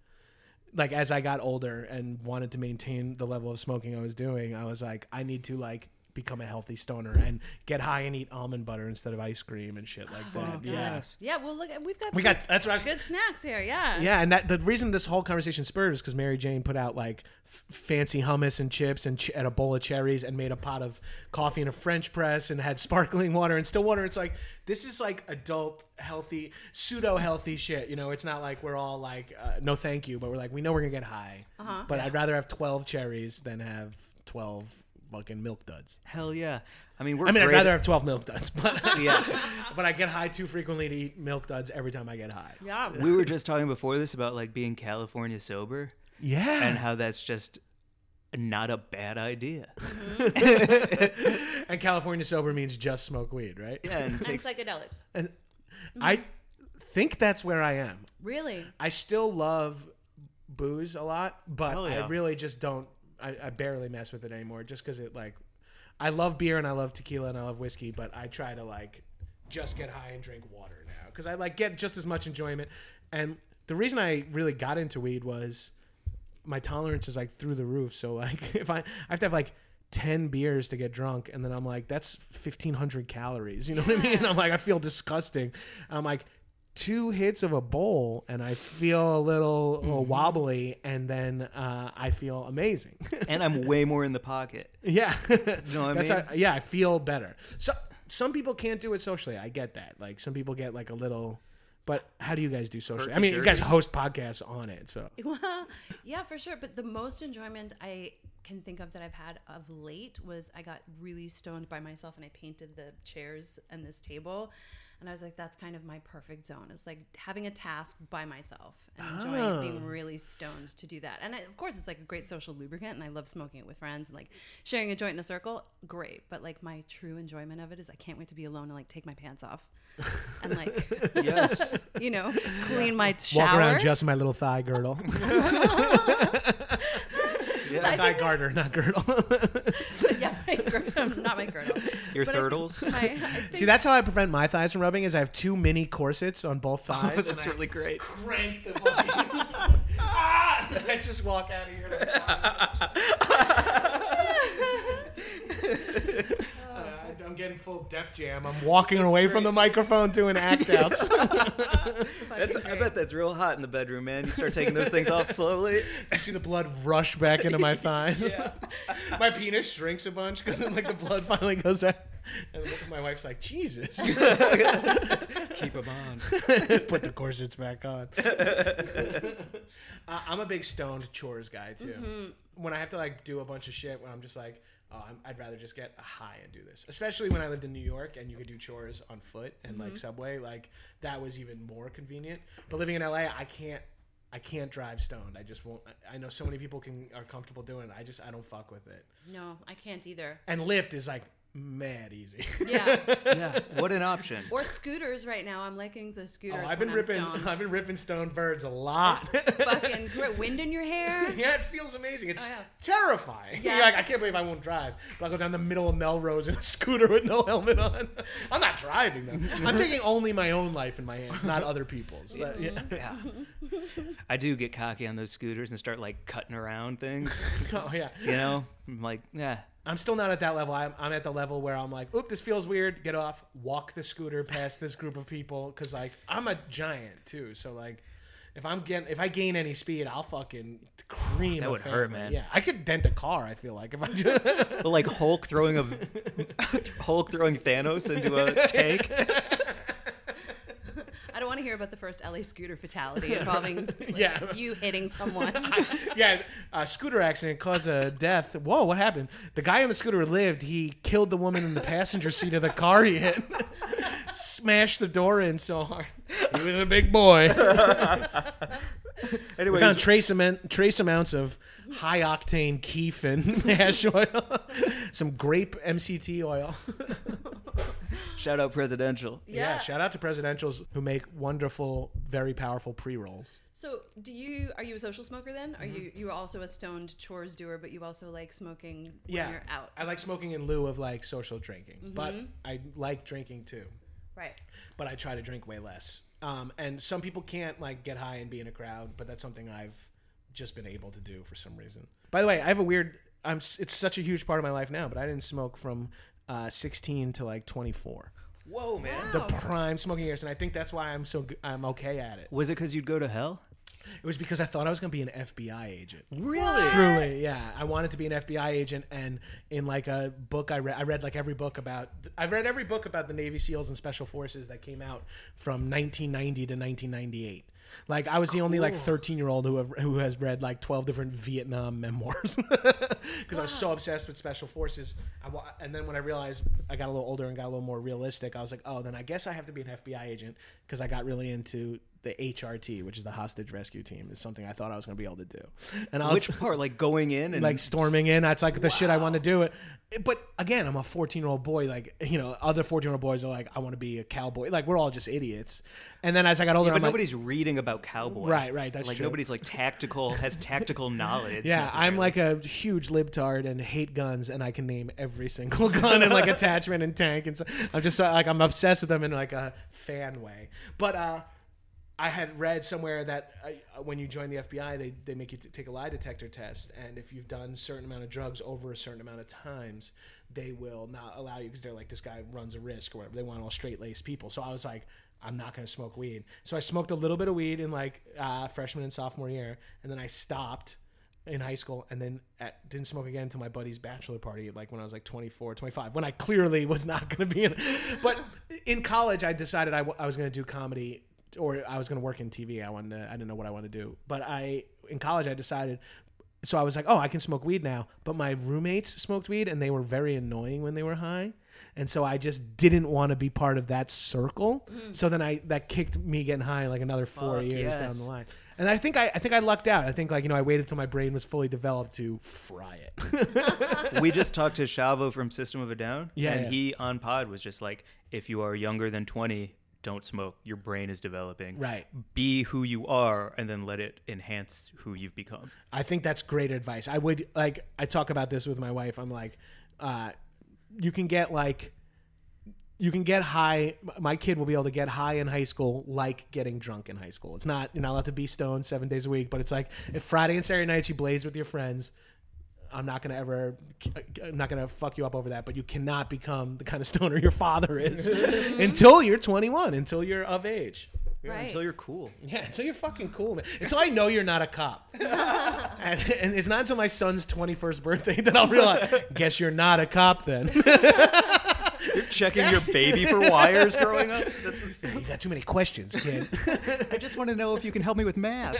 Speaker 5: Like as I got older and wanted to maintain the level of smoking I was doing, I was like, I need to like become a healthy stoner and get high and eat almond butter instead of ice cream and shit like that. yeah.
Speaker 3: Yeah, well, look, we've got
Speaker 5: We
Speaker 3: some
Speaker 5: got that's what I was
Speaker 3: good snacks here. Yeah.
Speaker 5: yeah, and that the reason this whole conversation spurred is because Mary Jane put out like f- fancy hummus and chips and, ch- and a bowl of cherries and made a pot of coffee and a French press and had sparkling water and still water. It's like this is like adult healthy, pseudo healthy shit. You know, it's not like we're all like uh, no thank you, but we're like we know we're gonna get high. But I'd rather have twelve cherries than have twelve fucking milk duds.
Speaker 2: Hell yeah. I mean, we're
Speaker 5: I mean, I'd
Speaker 2: great
Speaker 5: rather
Speaker 2: at-
Speaker 5: have twelve milk duds, but
Speaker 2: yeah.
Speaker 5: but I get high too frequently to eat milk duds every time I get high.
Speaker 3: Yeah.
Speaker 2: we were just talking before this about like being California sober
Speaker 5: Yeah.
Speaker 2: and how that's just not a bad idea.
Speaker 5: And California sober means just smoke weed, right?
Speaker 2: Yeah, and
Speaker 3: And
Speaker 2: takes,
Speaker 3: psychedelics.
Speaker 5: And I think that's where I am.
Speaker 3: Really?
Speaker 5: I still love booze a lot, but
Speaker 2: Hell yeah.
Speaker 5: I really just don't. I, I barely mess with it anymore, just because it like. I love beer and I love tequila and I love whiskey, but I try to like just get high and drink water now because I like get just as much enjoyment. And the reason I really got into weed was my tolerance is like through the roof. So like if I I have to have like ten beers to get drunk, and then I'm like that's fifteen hundred calories. You know what I mean? I'm like I feel disgusting. I'm like two hits of a bowl, and I feel a little, little
Speaker 2: Mm-hmm.
Speaker 5: wobbly, and then uh, I feel amazing.
Speaker 2: and I'm way more in the pocket.
Speaker 5: yeah,
Speaker 2: know what I
Speaker 5: that's
Speaker 2: mean?
Speaker 5: how- yeah I feel better. So some people can't do it socially. I get that. Like some people get like a little. But how do you guys do socially? I mean, you guys host podcasts on it, so
Speaker 3: Well, yeah, for sure. But the most enjoyment I can think of that I've had of late was I got really stoned by myself and I painted the chairs and this table. And I was like, that's kind of my perfect zone. It's like having a task by myself and enjoying being
Speaker 5: Oh.
Speaker 3: really stoned to do that. And I, of course, it's like a great social lubricant. And I love smoking it with friends and like sharing a joint in a circle. Great. But like my true enjoyment of it is I can't wait to be alone and like take my pants off and like,
Speaker 2: Yes.
Speaker 3: you know, clean my shower.
Speaker 5: walk around just my little thigh girdle.
Speaker 2: Yeah.
Speaker 5: thigh garter, not girdle.
Speaker 3: yeah, my girdle, not my girdle.
Speaker 2: Your
Speaker 3: But I think
Speaker 2: thirdles.
Speaker 3: My, I think
Speaker 5: See, that's how I prevent my thighs from rubbing is I have two mini corsets on both thighs. and
Speaker 2: That's
Speaker 5: I
Speaker 2: really great.
Speaker 5: Oh, crank the fucking ah! and I just walk out of here. Uh, I'm getting full Def Jam. I'm walking away from the microphone doing act outs.
Speaker 2: That's, I bet that's real hot in the bedroom, man. You start taking those things off slowly.
Speaker 5: I see the blood rush back into my thighs. my penis shrinks a bunch because then like the blood finally goes out. And my wife's like, Jesus.
Speaker 2: Keep them on.
Speaker 5: put the corsets back on. I I'm a big stoned chores guy too.
Speaker 3: Mm-hmm.
Speaker 5: When I have to like do a bunch of shit, when I'm just like, oh, I'm, I'd rather just get high and do this. Especially when I lived in New York and you could do chores on foot and
Speaker 3: Mm-hmm.
Speaker 5: like subway, like that was even more convenient. But living in LA, I can't. I can't drive stoned. I just won't. I- I know so many people can are comfortable doing. It. I just I don't fuck with it.
Speaker 3: no, I can't either.
Speaker 5: And Lyft is like mad easy.
Speaker 3: Yeah,
Speaker 2: Yeah. What an option.
Speaker 3: or scooters right now. I'm liking the scooters.
Speaker 5: Oh, I've been
Speaker 3: when
Speaker 5: ripping.
Speaker 3: I'm stoned.
Speaker 5: I've been ripping stoned birds a lot.
Speaker 3: Fucking grit, wind in your hair.
Speaker 5: Yeah, it feels amazing. It's
Speaker 3: Oh, yeah.
Speaker 5: terrifying.
Speaker 3: Yeah.
Speaker 5: You're like, I can't believe I won't drive. But I'll go down the middle of Melrose in a scooter with no helmet on. I'm not driving though. I'm taking only my own life in my hands, not other people's. That- yeah.
Speaker 2: Yeah. I do get cocky on those scooters and start like cutting around things.
Speaker 5: Oh yeah.
Speaker 2: You know, I'm like, yeah.
Speaker 5: I'm still not at that level. I'm, I'm at the level where I'm like, oop, this feels weird. Get off. Walk the scooter past this group of people because like I'm a giant too. So like. If I'm getting, if I gain any speed, I'll fucking cream.
Speaker 2: That
Speaker 5: a
Speaker 2: would hurt,
Speaker 5: family.
Speaker 2: man.
Speaker 5: Yeah, I could dent a car. I feel like if I just,
Speaker 2: But like Hulk throwing a Hulk throwing Thanos into a tank.
Speaker 3: I don't want to hear about the first LA scooter fatality involving like,
Speaker 5: Yeah.
Speaker 3: you hitting someone.
Speaker 5: yeah, uh, scooter accident caused a death. Whoa, what happened? The guy on the scooter lived. He killed the woman in the passenger seat of the car he hit. Smashed the door in so hard. He was a big boy. We
Speaker 2: Anyways,
Speaker 5: found trace, amount, trace amounts of high octane kefin hash oil, some grape MCT oil.
Speaker 2: shout out presidential.
Speaker 5: Yeah. shout out to presidentials who make wonderful, very powerful pre rolls.
Speaker 3: so, do you are you a social smoker then? Are you
Speaker 5: Mm-hmm.
Speaker 3: you are also a stoned chores doer, but you also like smoking when you're out, Mm-hmm.
Speaker 5: I like smoking in lieu of like social drinking, but I like drinking too.
Speaker 3: right?
Speaker 5: but I try to drink way less. Um, and some people can't like get high and be in a crowd, but that's something I've just been able to do for some reason. By the way, I have a weird I'm. s- It's such a huge part of my life now, but I didn't smoke from uh, 16 to like 24.
Speaker 2: Whoa, man.
Speaker 5: The
Speaker 3: Oh.
Speaker 5: prime smoking years, and I think that's why I'm so g- I'm okay at it.
Speaker 2: Was it because you'd go to hell?
Speaker 5: It was because I thought I was going to be an FBI agent.
Speaker 2: Really?
Speaker 5: Truly, yeah. I wanted to be an FBI agent, and in like a book I read, I read like every book about. I've read every book about the Navy SEALs and Special Forces that came out from 1990 to 1998. Like I was the only like 13 year old who have, who has read like 12 different Vietnam memoirs because I was so obsessed with Special Forces. I, wa- and then when I realized I got a little older and got a little more realistic, I was like, oh, then I guess I have to be an FBI agent because I got really into. The HRT, which is the hostage rescue team, is something I thought I was going to be able to do, and I was
Speaker 2: Which part? Like going in and
Speaker 5: like storming in. That's like the shit I want to do. It, but again, I'm a 14 year old boy. Like you know, other 14 year old boys are like, I want to be a cowboy. Like we're all just idiots. And then as I got older,
Speaker 2: But
Speaker 5: I'm like,
Speaker 2: nobody's reading about cowboy.
Speaker 5: Right, right, that's
Speaker 2: like
Speaker 5: true.
Speaker 2: nobody's like tactical has tactical knowledge.
Speaker 5: yeah,
Speaker 2: necessarily.
Speaker 5: I'm like a huge libtard and hate guns, and I can name every single gun and like attachment and tank, and so I'm just uh, like I'm obsessed with them in like a fan way. But uh, I had read somewhere that uh, when you join the FBI, they, they make you t- take a lie detector test, and if you've done certain amount of drugs over a certain amount of times, they will not allow you because they're like this guy runs a risk or whatever. They want all straight laced people. So I was like, I'm not gonna smoke weed. So I smoked a little bit of weed in like uh, freshman and sophomore year, and then I stopped in high school and then at, didn't smoke again until my buddy's bachelor party like when i was like 24 25 when i clearly was not going to be in but in college i decided i, w- I was going to do comedy or i was going to work in tv i wanted to, i didn't know what i wanted to do but i in college i decided so i was like oh i can smoke weed now but my roommates smoked weed and they were very annoying when they were high and so i just didn't want to be part of that circle so then i that kicked me getting high like another four
Speaker 2: Mm. Fuck
Speaker 5: years
Speaker 2: yes.
Speaker 5: down the line line. And I think I, I think I lucked out. I think like you know I waited till my brain was fully developed to fry it.
Speaker 2: we just talked to Shavo from System of a Down.
Speaker 5: Yeah,
Speaker 2: And
Speaker 5: yeah.
Speaker 2: he on pod was just like, if you are younger than 20, don't smoke. Your brain is developing.
Speaker 5: Right.
Speaker 2: Be who you are and then let it enhance who you've become.
Speaker 5: I think that's great advice. I would like I talk about this with my wife. I'm like, uh, you can get like, you can get high. My kid will be able to get high in high school, like getting drunk in high school. It's not you're not allowed to be stoned seven days a week, but it's like if Friday and Saturday nights you blaze with your friends. I'm not gonna ever, I'm not gonna fuck you up over that. But you cannot become the kind of stoner your father is until you're 21, until you're of age.
Speaker 3: Right.
Speaker 2: Until you're cool.
Speaker 5: Yeah, until you're fucking cool, man. Until I know you're not a cop. and, and it's not until my son's 21st birthday that I'll realize, guess you're not a cop then. you
Speaker 2: Checking your baby for wires growing up. That's insane.
Speaker 5: got too many questions, kid.
Speaker 2: I just want to know if you can help me with math.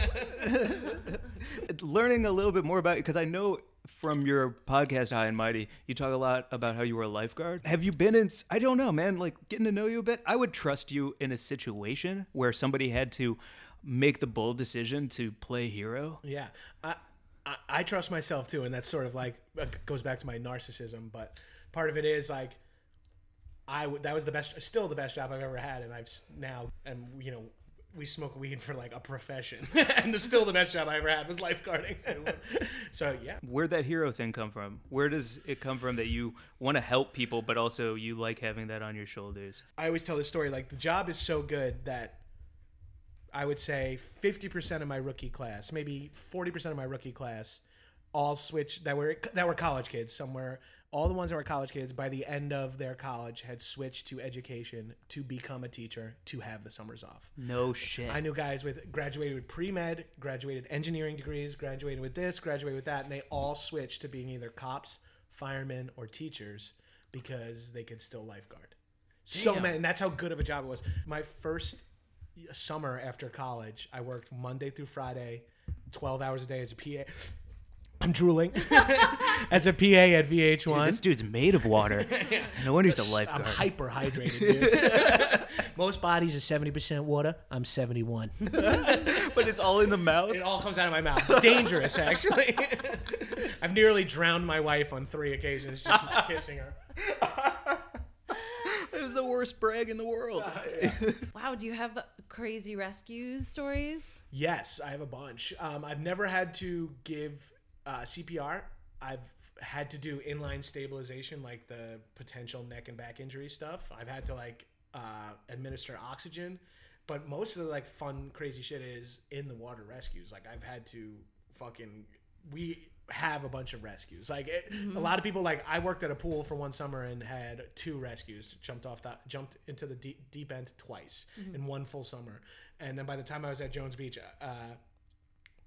Speaker 2: Learning a little bit more about because I know from your podcast High and Mighty, you talk a lot about how you were a lifeguard. Have you been in? s- I don't know, man. Like getting to know you a bit, I would trust you in a situation where somebody had to make the bold decision to play hero.
Speaker 5: yeah. I, I, I trust myself too. And that's sort of like, it goes back to my narcissism. But part of it is like, I w- that was the best, still the best job I've ever had, and I've s- now and you know we smoke weed for like a profession, and the still the best job I ever had was lifeguarding. so yeah,
Speaker 2: Where'd that hero thing come from? Where does it come from that you want to help people, but also you like having that on your shoulders?
Speaker 5: I always tell this story like the job is so good that I would say 50% of my rookie class, maybe 40% of my rookie class all switched that were that were college kids somewhere all the ones that were college kids by the end of their college had switched to education to become a teacher to have the summers off.
Speaker 2: No shit.
Speaker 5: I knew guys with graduated with pre med, graduated engineering degrees, graduated with this, graduated with that, and they all switched to being either cops, firemen, or teachers because they could still lifeguard. So many, and that's how good of a job it was. My first summer after college, I worked Monday through Friday, twelve hours a day as a PA. I'm drooling as a PA at VH1.
Speaker 2: This dude's made of water. No wonder he's a
Speaker 5: I'm
Speaker 2: lifeguard.
Speaker 5: hyper hydrated, dude. Most bodies are 70% water. I'm 71.
Speaker 2: but it's all in the mouth.
Speaker 5: It all comes out of my mouth. It's dangerous, actually. I've nearly drowned my wife on three occasions just kissing her.
Speaker 2: It was the worst brag in the world.
Speaker 3: Wow, do you have crazy rescues stories?
Speaker 5: Yes, I have a bunch. Um, I've never had to give uh, CPR. I've had to do inline stabilization, like the potential neck and back injury stuff. I've had to like uh, administer oxygen, but most of the like fun, crazy shit is in the water rescues. Like I've had to fucking we have a bunch of rescues. Like it, a lot of people, like I worked at a pool for one summer and had two rescues. Jumped off that, jumped into the deep, deep end twice in one full summer. And then by the time I was at Jones Beach, uh,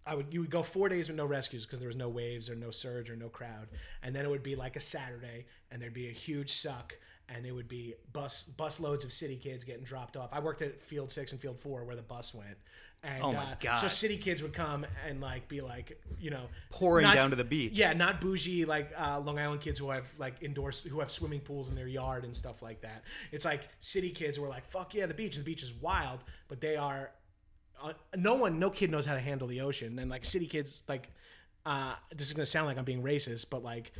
Speaker 5: I would you would go four days with no rescues because there was no waves or no surge or no crowd, and then it would be like a Saturday, and there'd be a huge suck, and it would be bus bus loads of city kids getting dropped off. I worked at Field Six and Field Four where the bus went, and
Speaker 2: Oh my
Speaker 5: uh,
Speaker 2: God.
Speaker 5: so city kids would come and like be like you know
Speaker 2: Pouring down to the beach.
Speaker 5: Yeah, not bougie like uh, Long Island kids who have like indoor who have swimming pools in their yard and stuff like that. It's like city kids were like fuck yeah the beach and the beach is wild, but they are uh, no one, no kid knows how to handle the ocean. And like city kids, like uh, this is gonna sound like I'm being racist, but like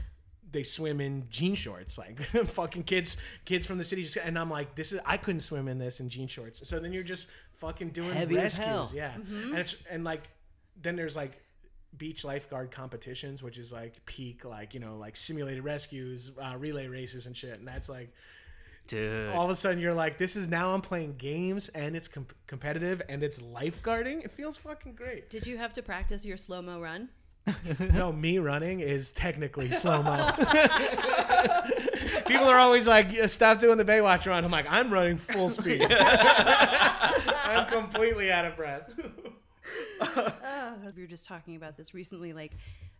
Speaker 5: they swim in jean shorts, like fucking kids, kids from the city. Just, and I'm like, this is I couldn't swim in this in jean shorts. So then you're just fucking doing
Speaker 2: Heavy as
Speaker 5: rescues,
Speaker 2: hell. Mm-hmm.
Speaker 5: yeah. And it's and like then there's like beach lifeguard competitions, which is like peak, like you know, like simulated rescues, uh, relay races and shit. And that's like
Speaker 2: Dude.
Speaker 5: all of a sudden you're like, this is now I'm playing games and it's com- competitive and it's lifeguarding. It feels fucking great.
Speaker 3: Did you have to practice your slow mo run?
Speaker 5: no, me running is technically slow mo. People are always like, "Yeah, stop doing the Baywatch run. I'm like, I'm running full speed. I'm completely out of breath.
Speaker 3: We were just talking about this recently, like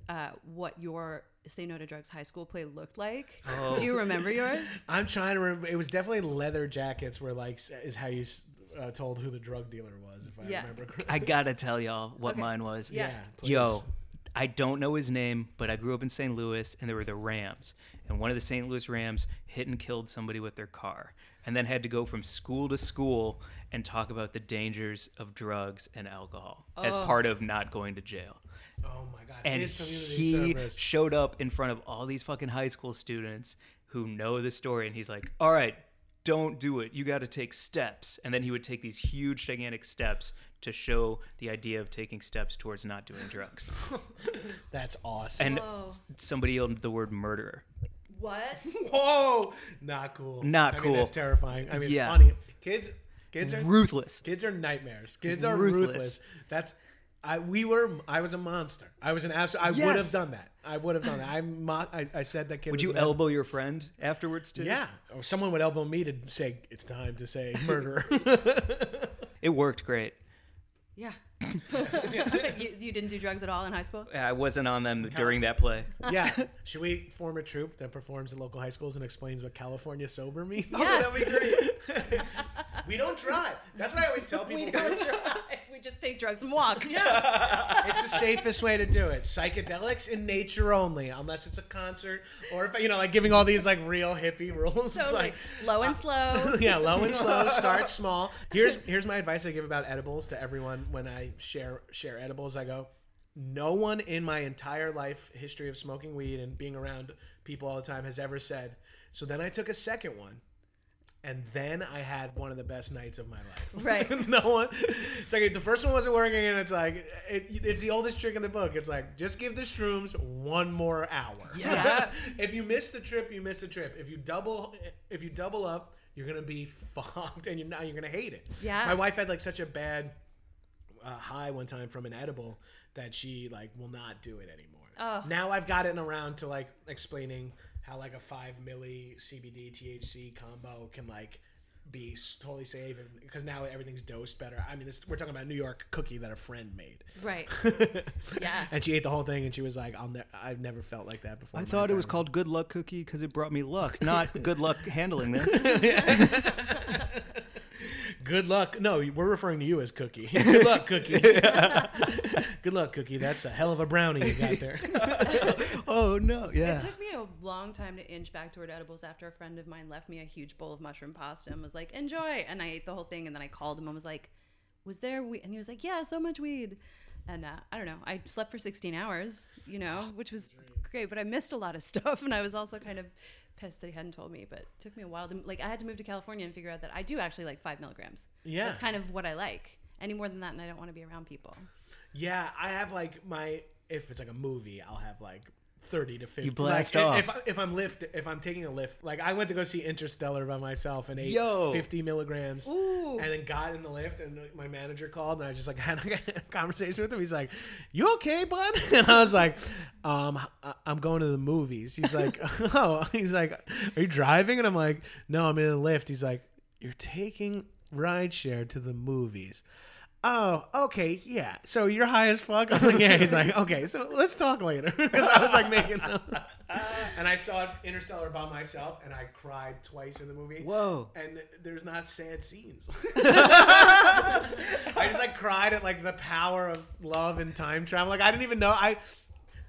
Speaker 3: uh, what your Say No to Drugs high school play looked like.
Speaker 5: Oh.
Speaker 3: Do you remember yours?
Speaker 5: I'm trying to remember. It was definitely leather jackets were like, is how you s- uh, told who the drug dealer was, if I
Speaker 3: Yeah.
Speaker 5: remember correctly.
Speaker 2: I gotta tell y'all what
Speaker 3: Okay.
Speaker 2: mine was.
Speaker 3: Yeah.
Speaker 5: please.
Speaker 2: Yo, I don't know his name, but I grew up in St. Louis, and there were the Rams, and one of the St. Louis Rams hit and killed somebody with their car, and then had to go from school to school and talk about the dangers of drugs and alcohol as
Speaker 3: Oh.
Speaker 2: part of not going to jail.
Speaker 5: Oh my God.
Speaker 2: And
Speaker 5: His community
Speaker 2: he
Speaker 5: service.
Speaker 2: showed up in front of all these fucking high school students who know the story, and he's like, "All right." Don't do it. You got to take steps. And then he would take these huge, gigantic steps to show the idea of taking steps towards not doing drugs.
Speaker 5: That's awesome.
Speaker 2: And s- somebody yelled the word murderer.
Speaker 3: What?
Speaker 5: Whoa, not cool.
Speaker 2: Not
Speaker 5: I
Speaker 2: cool.
Speaker 5: Mean, that's terrifying. I mean,
Speaker 2: Yeah.
Speaker 5: it's funny. Kids, kids are
Speaker 2: Ruthless.
Speaker 5: kids are nightmares. Kids are
Speaker 2: Ruthless.
Speaker 5: ruthless. That's I. We were. I was a monster. I was an absolute. I would
Speaker 2: Yes.
Speaker 5: have done that. I would have done that. I'm. Mo- I, I said that kid.
Speaker 2: Would
Speaker 5: was
Speaker 2: you
Speaker 5: an monster.
Speaker 2: elbow your friend afterwards too?
Speaker 5: Yeah, or someone would elbow me to say it's time to say murderer.
Speaker 2: It worked great.
Speaker 3: Yeah. you, you didn't do drugs at all in high school?
Speaker 2: I wasn't on them during that play.
Speaker 5: yeah, should we form a troupe that performs at local high schools and explains what California sober means?
Speaker 3: Yes.
Speaker 5: that'd be great. Oh, we don't drive. That's what I always tell people.
Speaker 3: We don't drive. We just take drugs and walk.
Speaker 5: Yeah. it's the safest way to do it. Psychedelics in nature only, unless it's a concert or if you know, like giving all these like real hippie rules. It's
Speaker 3: So like
Speaker 5: like uh,
Speaker 3: low and slow.
Speaker 5: yeah, low and slow, start small. Here's here's my advice I give about edibles to everyone when I share share edibles. I go, no one in my entire life history of smoking weed and being around people all the time has ever said. So then I took a second one. And then I had one of the best nights of my life
Speaker 3: Right.
Speaker 5: no one. It's like the first one wasn't working, and it's like it, it's the oldest trick in the book. It's like just give the shrooms one more hour.
Speaker 3: Yeah.
Speaker 5: if you miss the trip, you miss the trip. If you double, if you double up, you're gonna be fucked, and you're not. You're gonna hate it.
Speaker 3: Yeah.
Speaker 5: My wife had like such a bad uh, high one time from an edible that she like will not do it anymore.
Speaker 3: Oh.
Speaker 5: Now I've gotten around to like explaining how like a five milli CBD THC combo can like be s- totally safe because now everything's dosed better. I mean, this, we're talking about a New York cookie that a friend made,
Speaker 3: Right. Yeah.
Speaker 5: and she ate the whole thing, and she was like, "I'll ne- I've never felt like that before."
Speaker 2: I
Speaker 5: in my
Speaker 2: thought it
Speaker 5: entire
Speaker 2: was
Speaker 5: life."
Speaker 2: called Good Luck Cookie because it brought me luck, not good luck handling this.
Speaker 5: Good luck. No, we're referring to you as Cookie. Good luck, Cookie. Good luck, Cookie. That's a hell of a brownie you got there.
Speaker 2: oh no, yeah.
Speaker 3: It took me a long time to inch back toward edibles after a friend of mine left me a huge bowl of mushroom pasta and was like, enjoy. And I ate the whole thing. And then I called him and was like, was there weed? And he was like, yeah, so much weed. And uh, I don't know. I slept for 16 hours, you know, which was great, but I missed a lot of stuff. And I was also kind of pissed that he hadn't told me, but it took me a while to, like, I had to move to California and figure out that I do actually like five milligrams.
Speaker 5: Yeah.
Speaker 3: That's kind of what I like. Any more than that, and I don't want to be around people.
Speaker 5: Yeah, I have like my if it's like a movie, I'll have like thirty to fifty.
Speaker 2: You blast
Speaker 5: like, i-
Speaker 2: off.
Speaker 5: If, if I'm lift, if I'm taking a lift, like I went to go see Interstellar by myself and ate
Speaker 2: Yo.
Speaker 5: fifty milligrams,
Speaker 3: Ooh.
Speaker 5: and then got in the lift, and like, my manager called, and I just like had a conversation with him. He's like, "You okay, bud?" And I was like, um, I- "I'm going to the movies." He's like, "Oh," he's like, "Are you driving?" And I'm like, "No, I'm in a lift." He's like, "You're taking rideshare to the movies." Oh, okay, yeah. So you're high as fuck. I was like, yeah. He's like, okay, so let's talk later because I was like making. and I saw Interstellar by myself, and I cried twice in the movie.
Speaker 2: Whoa.
Speaker 5: And there's not sad scenes. I just like cried at like the power of love and time travel. Like I didn't even know I.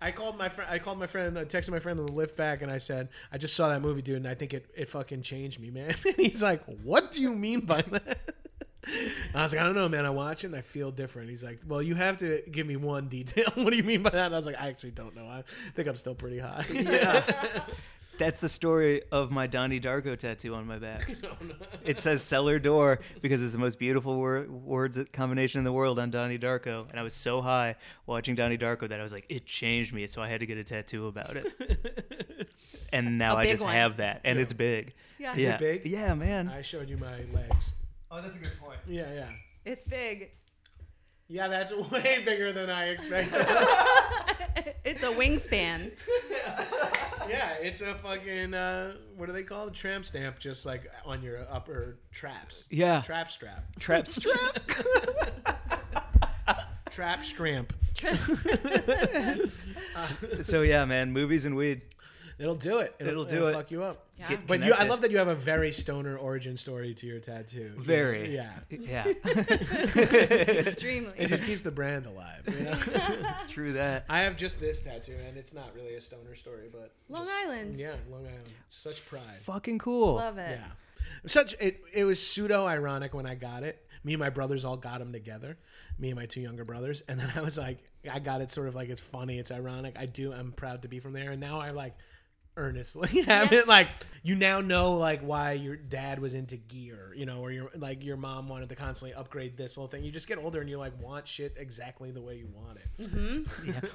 Speaker 5: I called my friend. I called my friend. I texted my friend on the lift back, and I said, "I just saw that movie, dude, and I think it, it fucking changed me, man." And he's like, "What do you mean by that?" And I was like, "I don't know, man. I watch it, and I feel different." He's like, "Well, you have to give me one detail. what do you mean by that?" And I was like, "I actually don't know. I think I'm still pretty high."
Speaker 2: That's the story of my Donnie Darko tattoo on my back. It says cellar door because it's the most beautiful wor- words combination in the world on Donnie Darko. And I was so high watching Donnie Darko that I was like, it changed me. So I had to get a tattoo about it. and now
Speaker 3: A
Speaker 2: I
Speaker 3: big
Speaker 2: just
Speaker 3: one.
Speaker 2: have that. And it's big.
Speaker 3: Yeah. Is it
Speaker 2: yeah.
Speaker 5: big?
Speaker 2: Yeah, man.
Speaker 5: I showed you my legs.
Speaker 2: oh, that's a good point.
Speaker 5: Yeah, yeah,
Speaker 3: It's big.
Speaker 5: yeah. That's way bigger than I expected.
Speaker 3: It's a wingspan.
Speaker 5: Yeah, it's a fucking uh, what do they call it? Tramp stamp, just like on your upper traps.
Speaker 2: Yeah.
Speaker 5: Trap strap.
Speaker 2: Trap strap.
Speaker 5: Trap stramp.
Speaker 2: so yeah, man, movies and weed.
Speaker 5: It'll do it.
Speaker 2: It'll do it.
Speaker 5: Fuck you up.
Speaker 3: Yeah.
Speaker 2: Get
Speaker 5: But you, I
Speaker 2: connected.
Speaker 5: love that you have a very stoner origin story to your tattoo.
Speaker 2: Very.
Speaker 5: Yeah.
Speaker 2: Yeah.
Speaker 3: Extremely.
Speaker 5: It just keeps the brand alive. You know?
Speaker 2: True that.
Speaker 5: I have just this tattoo, and it's not really a stoner story, but
Speaker 3: Long
Speaker 5: just-
Speaker 3: Island.
Speaker 5: Yeah, Long Island. Such pride.
Speaker 2: Fucking cool.
Speaker 3: Love it.
Speaker 5: Yeah. Such it it was pseudo ironic when I got it. Me and my brothers all got them together. Me and my two younger brothers, and then I was like, I got it sort of like it's funny, it's ironic. I do. I'm proud to be from there, and now I like earnestly have
Speaker 3: Yeah.
Speaker 5: it. Like you now know like why your dad was into gear, you know, or your like your mom wanted to constantly upgrade this little thing. You just get older and you like want shit exactly the way you want it.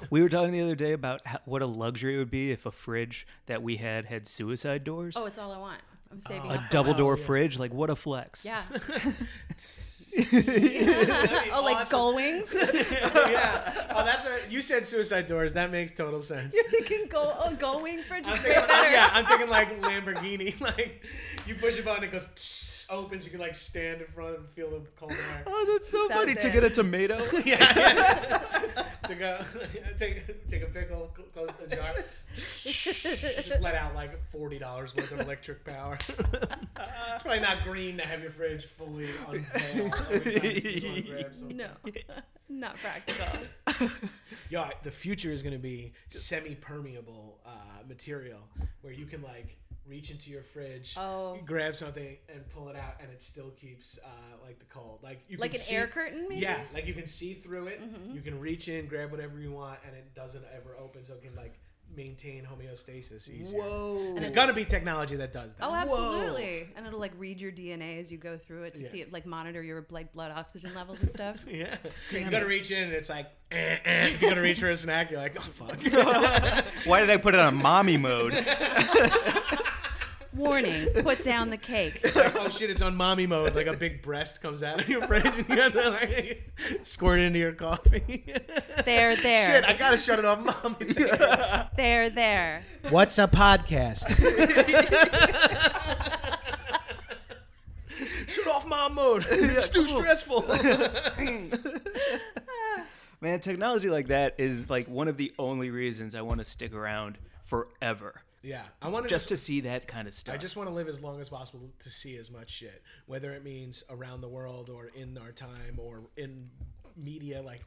Speaker 2: We were talking the other day about how, what a luxury it would be if a fridge that we had had suicide doors.
Speaker 3: Oh, it's all I want. I'm saving
Speaker 2: a
Speaker 3: up.
Speaker 2: double door fridge, like what a flex.
Speaker 3: Yeah.
Speaker 5: That'd be
Speaker 3: Oh, like
Speaker 5: awesome.
Speaker 3: gull wings?
Speaker 5: yeah. Oh, that's what you said. Suicide doors. That makes total sense.
Speaker 3: You're thinking goal, oh, goal wing fridge is
Speaker 5: I'm
Speaker 3: way
Speaker 5: thinking,
Speaker 3: better.
Speaker 5: yeah, I'm thinking like Lamborghini. Like you push a button, it goes tss, opens. You can like stand in front and feel the cold air.
Speaker 2: Oh, that's so
Speaker 3: That's
Speaker 2: funny to
Speaker 3: it.
Speaker 2: get a tomato.
Speaker 5: Yeah, yeah. take a take, take a pickle, cl- close the jar, just let out like forty dollars worth of electric power. it's probably not green to have your fridge fully unveiled. every time you just wanna grab something.
Speaker 3: No, not practical.
Speaker 5: Yeah, the future is going to be semi-permeable uh, material where you can like reach into your fridge,
Speaker 3: Oh.
Speaker 5: grab something, and pull it out, and it still keeps uh, like the cold. Like you
Speaker 3: Like
Speaker 5: can
Speaker 3: an
Speaker 5: see-
Speaker 3: air curtain, maybe? Mm-hmm.
Speaker 5: Yeah, like you can see through it. You can reach in, grab whatever you want, and it doesn't ever open, so it can like maintain homeostasis easier.
Speaker 2: Whoa.
Speaker 5: There's gonna be technology that does that.
Speaker 3: Oh, absolutely. And it'll like read your DNA as you go through it to
Speaker 5: Yeah.
Speaker 3: see it, like monitor your like blood oxygen levels and stuff.
Speaker 5: Yeah, you're gonna reach in, and it's like, eh, eh. if you're gonna reach for a snack, you're like, oh fuck.
Speaker 2: Why did I put it on mommy mode?
Speaker 3: Warning: Put down the cake.
Speaker 5: It's like, oh shit, it's on mommy mode. Like a big breast comes out of your fridge and you have to like squirt it into your coffee.
Speaker 3: There, there,
Speaker 5: shit, I gotta shut it off, mommy.
Speaker 3: there, there.
Speaker 5: What's a podcast? shut off mom mode. it's too stressful.
Speaker 2: Man, technology like that is like one of the only reasons I want to stick around forever.
Speaker 5: yeah, I want to
Speaker 2: Just to see that kind of stuff.
Speaker 5: I just want to live as long as possible to see as much shit, whether it means around the world or in our time or in media. Like,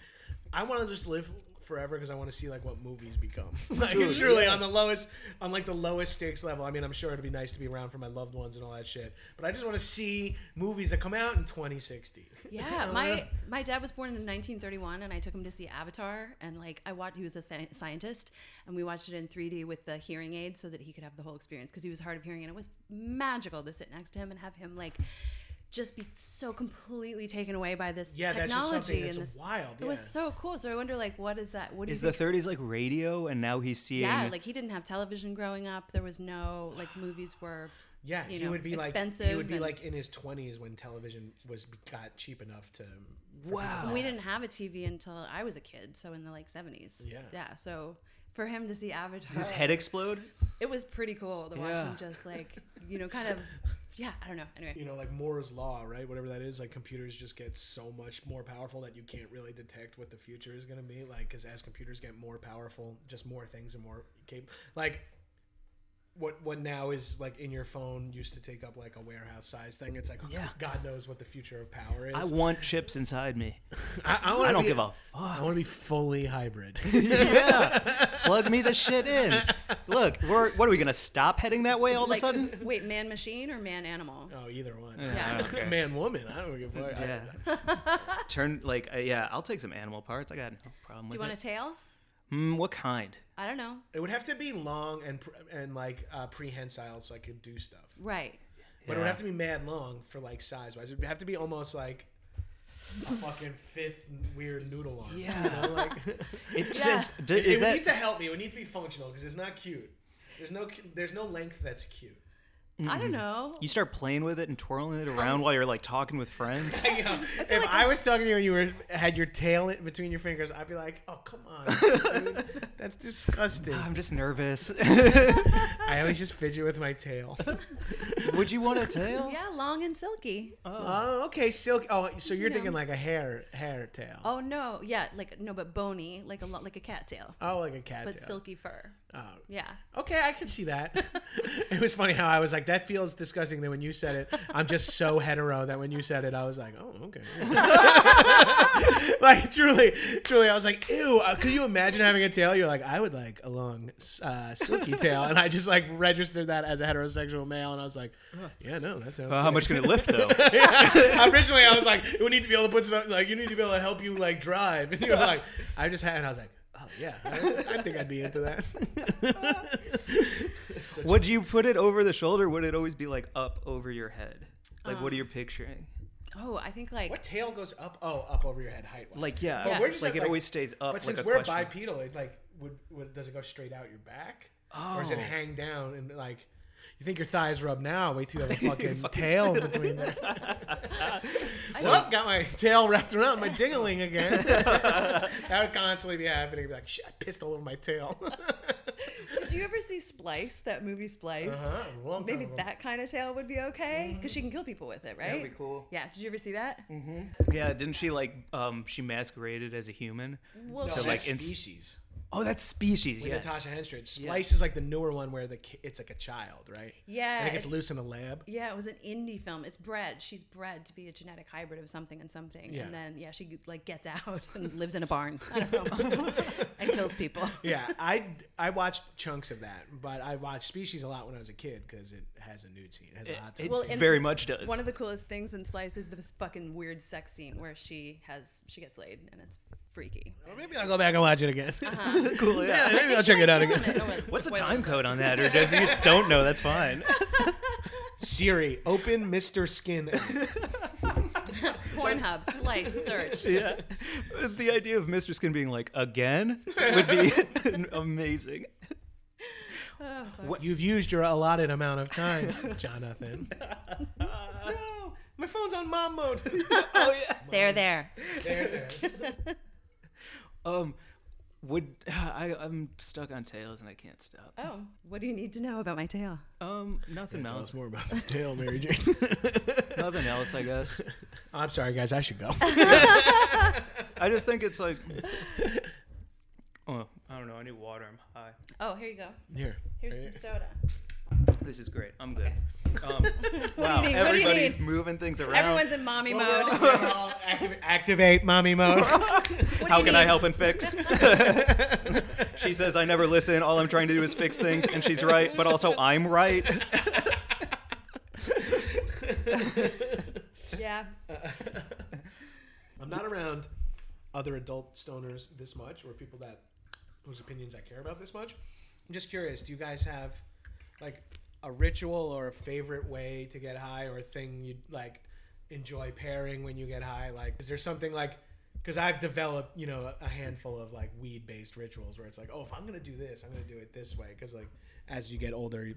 Speaker 5: I want to just live forever because I want to see like what movies become. like, truly on the lowest, on like the lowest stakes level. I mean, I'm sure it'd be nice to be around for my loved ones and all that shit, but I just want to see movies that come out in 2060.
Speaker 3: Yeah, my my dad was born in 1931, and I took him to see Avatar, and like I watched, he was a sci- scientist, and we watched it in 3D with the hearing aid so that he could have the whole experience because he was hard of hearing, and it was magical to sit next to him and have him like just be so completely taken away by this
Speaker 5: Yeah, that's just
Speaker 3: technology
Speaker 5: something
Speaker 3: and
Speaker 5: that's
Speaker 3: this
Speaker 5: wild,
Speaker 3: It was
Speaker 5: yeah.
Speaker 3: so cool. So I wonder, like, what is that? What do you
Speaker 2: Is the
Speaker 3: think-
Speaker 2: 30s like radio, and now he's seeing?
Speaker 3: Yeah, like he didn't have television growing up. There was no like movies were.
Speaker 5: Yeah,
Speaker 3: you
Speaker 5: he
Speaker 3: know,
Speaker 5: would be like
Speaker 3: expensive.
Speaker 5: he would be
Speaker 3: and-
Speaker 5: like in his twenties when television was got cheap enough to.
Speaker 2: wow.
Speaker 3: we didn't have a TV until I was a kid, so in the like seventies.
Speaker 5: Yeah.
Speaker 3: yeah. So for him to see Avatar,
Speaker 2: Does his head explode?
Speaker 3: it was pretty cool to watch
Speaker 2: Yeah.
Speaker 3: him just like you know, kind of. Yeah, I don't know. Anyway,
Speaker 5: You know, like Moore's law, right? Whatever that is, like computers just get so much more powerful that you can't really detect what the future is going to be. Like, because as computers get more powerful, just more things and more capable. Like, what what now is like in your phone used to take up like a warehouse size thing. It's like,
Speaker 2: Yeah.
Speaker 5: God knows what the future of power is.
Speaker 2: I want chips inside me.
Speaker 5: I, I, wanna
Speaker 2: I don't
Speaker 5: be-
Speaker 2: give a fuck.
Speaker 5: I want to be fully hybrid.
Speaker 2: yeah, plug me the shit in. Look, we're what are we gonna stop heading that way all of a
Speaker 3: like,
Speaker 2: sudden?
Speaker 3: wait, man, machine or man, animal?
Speaker 5: oh, either one.
Speaker 3: Yeah.
Speaker 5: Man, woman. I don't give a fuck. I-
Speaker 2: Yeah. Turn like uh, yeah, I'll take some animal parts. I got no problem
Speaker 3: Do you
Speaker 2: with
Speaker 3: want a
Speaker 2: it.
Speaker 3: tail?
Speaker 2: mm, what kind?
Speaker 3: I don't know.
Speaker 5: It would have to be long and pr- and like uh, prehensile, so I could do stuff.
Speaker 3: Right.
Speaker 5: But it would
Speaker 2: Yeah.
Speaker 5: have to be mad long for like size wise. It would have to be almost like a fucking fifth weird noodle arm.
Speaker 2: Yeah.
Speaker 5: you know? like
Speaker 2: It says d-
Speaker 5: it,
Speaker 2: is
Speaker 5: would
Speaker 2: that
Speaker 5: need to help me. It would need to be functional because it's not cute. There's no cu- there's no length that's cute.
Speaker 3: I don't know.
Speaker 2: you start playing with it and twirling it
Speaker 3: Oh.
Speaker 2: around while you're like talking with friends?
Speaker 5: You know, if I was talking to you and you were had your tail in between your fingers, I'd be like, "Oh come on, dude. that's disgusting."
Speaker 2: I'm just nervous.
Speaker 5: I always just fidget with my tail.
Speaker 2: Oh. Would you want a tail?
Speaker 3: Yeah, long and silky.
Speaker 5: Oh, okay, silk. Oh, so you're
Speaker 3: know.
Speaker 5: thinking like a hair hair tail.
Speaker 3: Oh no, yeah, like no, but bony, like a lot, like a cat tail,
Speaker 5: Oh, like a cat
Speaker 3: but
Speaker 5: tail.
Speaker 3: silky fur.
Speaker 5: Oh,
Speaker 3: Yeah.
Speaker 5: Okay, I can see that. it was funny how I was like, that feels disgusting. Then when you said it, I'm just so hetero that when you said it, I was like, oh, okay. like truly, truly, I was like, ew. uh, Could you imagine having a tail? You're like, I would like a long, uh, silky tail, and I just like registered that as a heterosexual male, and I was like, yeah, no, that sounds.
Speaker 2: Uh, how
Speaker 5: great."
Speaker 2: much can it lift though?
Speaker 5: Originally, I was like, it would need to be able to put stuff like you need to be able to help you like drive, and you're like, I just had, and I was like. Oh yeah, I, I think I'd be into that.
Speaker 2: Would you put it over the shoulder? Would it always be like up over your head? Like
Speaker 3: Um.
Speaker 2: what are you picturing?
Speaker 3: Oh, I think like
Speaker 5: What tail goes up? Oh, up over your head height.
Speaker 2: Like yeah,
Speaker 3: Yeah.
Speaker 5: we're just
Speaker 2: like
Speaker 5: at,
Speaker 2: it
Speaker 5: like-
Speaker 2: always stays up.
Speaker 5: but
Speaker 2: like
Speaker 5: since
Speaker 2: a
Speaker 5: we're
Speaker 2: question.
Speaker 5: bipedal, it's like, would, would does it go straight out your back, or does it
Speaker 2: Oh.
Speaker 5: hang down and like? You think your thighs rub now? Wait till you have a fucking tail between there. so, well, got my tail wrapped around my dingaling again. that would constantly be happening. Be like, shit, I pissed all over my tail.
Speaker 3: Did you ever see Splice? That movie Splice.
Speaker 5: Uh-huh, a long
Speaker 3: Maybe
Speaker 5: time ago.
Speaker 3: that kind of tail would be okay because she can kill people with it, right?
Speaker 2: be cool.
Speaker 3: Yeah. Did you ever see that?
Speaker 2: Yeah, didn't she like um she masqueraded as a human?
Speaker 3: Well,
Speaker 2: So,
Speaker 3: she-
Speaker 2: like, in-
Speaker 5: species.
Speaker 2: Oh, that's species.
Speaker 5: With
Speaker 2: Yes.
Speaker 5: Natasha Henstridge. Splice is like the newer one where the ki- it's like a child, right?
Speaker 3: Yeah,
Speaker 5: And it gets
Speaker 3: it's-
Speaker 5: loose in a lab.
Speaker 3: yeah, it was an indie film. It's bred. She's bred to be a genetic hybrid of something and something,
Speaker 5: Yeah.
Speaker 3: and then yeah, she like gets out and lives in a barn. I don't know. and kills people.
Speaker 5: yeah, I I watched chunks of that, but I watched Species a lot when I was a kid because it has a nude scene. It has a hot tub
Speaker 2: It
Speaker 5: scene.
Speaker 3: and
Speaker 2: very
Speaker 3: the-
Speaker 2: much does.
Speaker 3: One of the coolest things in Splice is this fucking weird sex scene where she has she gets laid and it's freaky.
Speaker 5: Or maybe I'll go back and watch it again.
Speaker 2: Uh-huh. cool. Yeah.
Speaker 5: maybe I'll check it out again.
Speaker 3: Oh,
Speaker 2: What's the time code on that? Or if you don't know, that's fine.
Speaker 5: Siri, open Mr. Skin. app.
Speaker 3: Pornhub, Splice, search.
Speaker 2: Yeah. The idea of Mr. Skin being like again would be amazing.
Speaker 5: You've used your allotted amount of times, Jonathan. no, my phone's on mom mode.
Speaker 2: Oh yeah.
Speaker 3: There, there.
Speaker 5: there, there.
Speaker 2: Um would I I'm stuck on tails and I can't stop.
Speaker 3: Oh, what do you need to know about my tail?
Speaker 2: Um nothing
Speaker 5: Tell
Speaker 2: else.
Speaker 5: us more about this tale, Mary Jane.
Speaker 2: Nothing else, I guess.
Speaker 5: I'm sorry, guys. I should go.
Speaker 2: I just think it's like Oh, I don't know. I need water. I'm high.
Speaker 3: Oh, here you go.
Speaker 5: Here.
Speaker 3: Here's some soda.
Speaker 2: This is great. I'm good. Um, wow,
Speaker 3: do you need? What do you
Speaker 2: everybody's
Speaker 3: need?
Speaker 2: moving things around.
Speaker 3: Everyone's in mommy mode.
Speaker 2: Oh,
Speaker 5: Activ- activate mommy mode.
Speaker 2: How can I help and fix? she says, I never listen. All I'm trying to do is fix things. And she's right, but also I'm right.
Speaker 3: Yeah.
Speaker 5: I'm not around other adult stoners this much, or people that whose opinions I care about this much. I'm just curious. Do you guys have like a ritual or a favorite way to get high, or a thing you like? enjoy pairing when you get high? Like, is there something like? Because I've developed, you know, a handful of like weed-based rituals where it's like, oh, if I'm gonna do this, I'm gonna do it this way. Because like, as you get older, you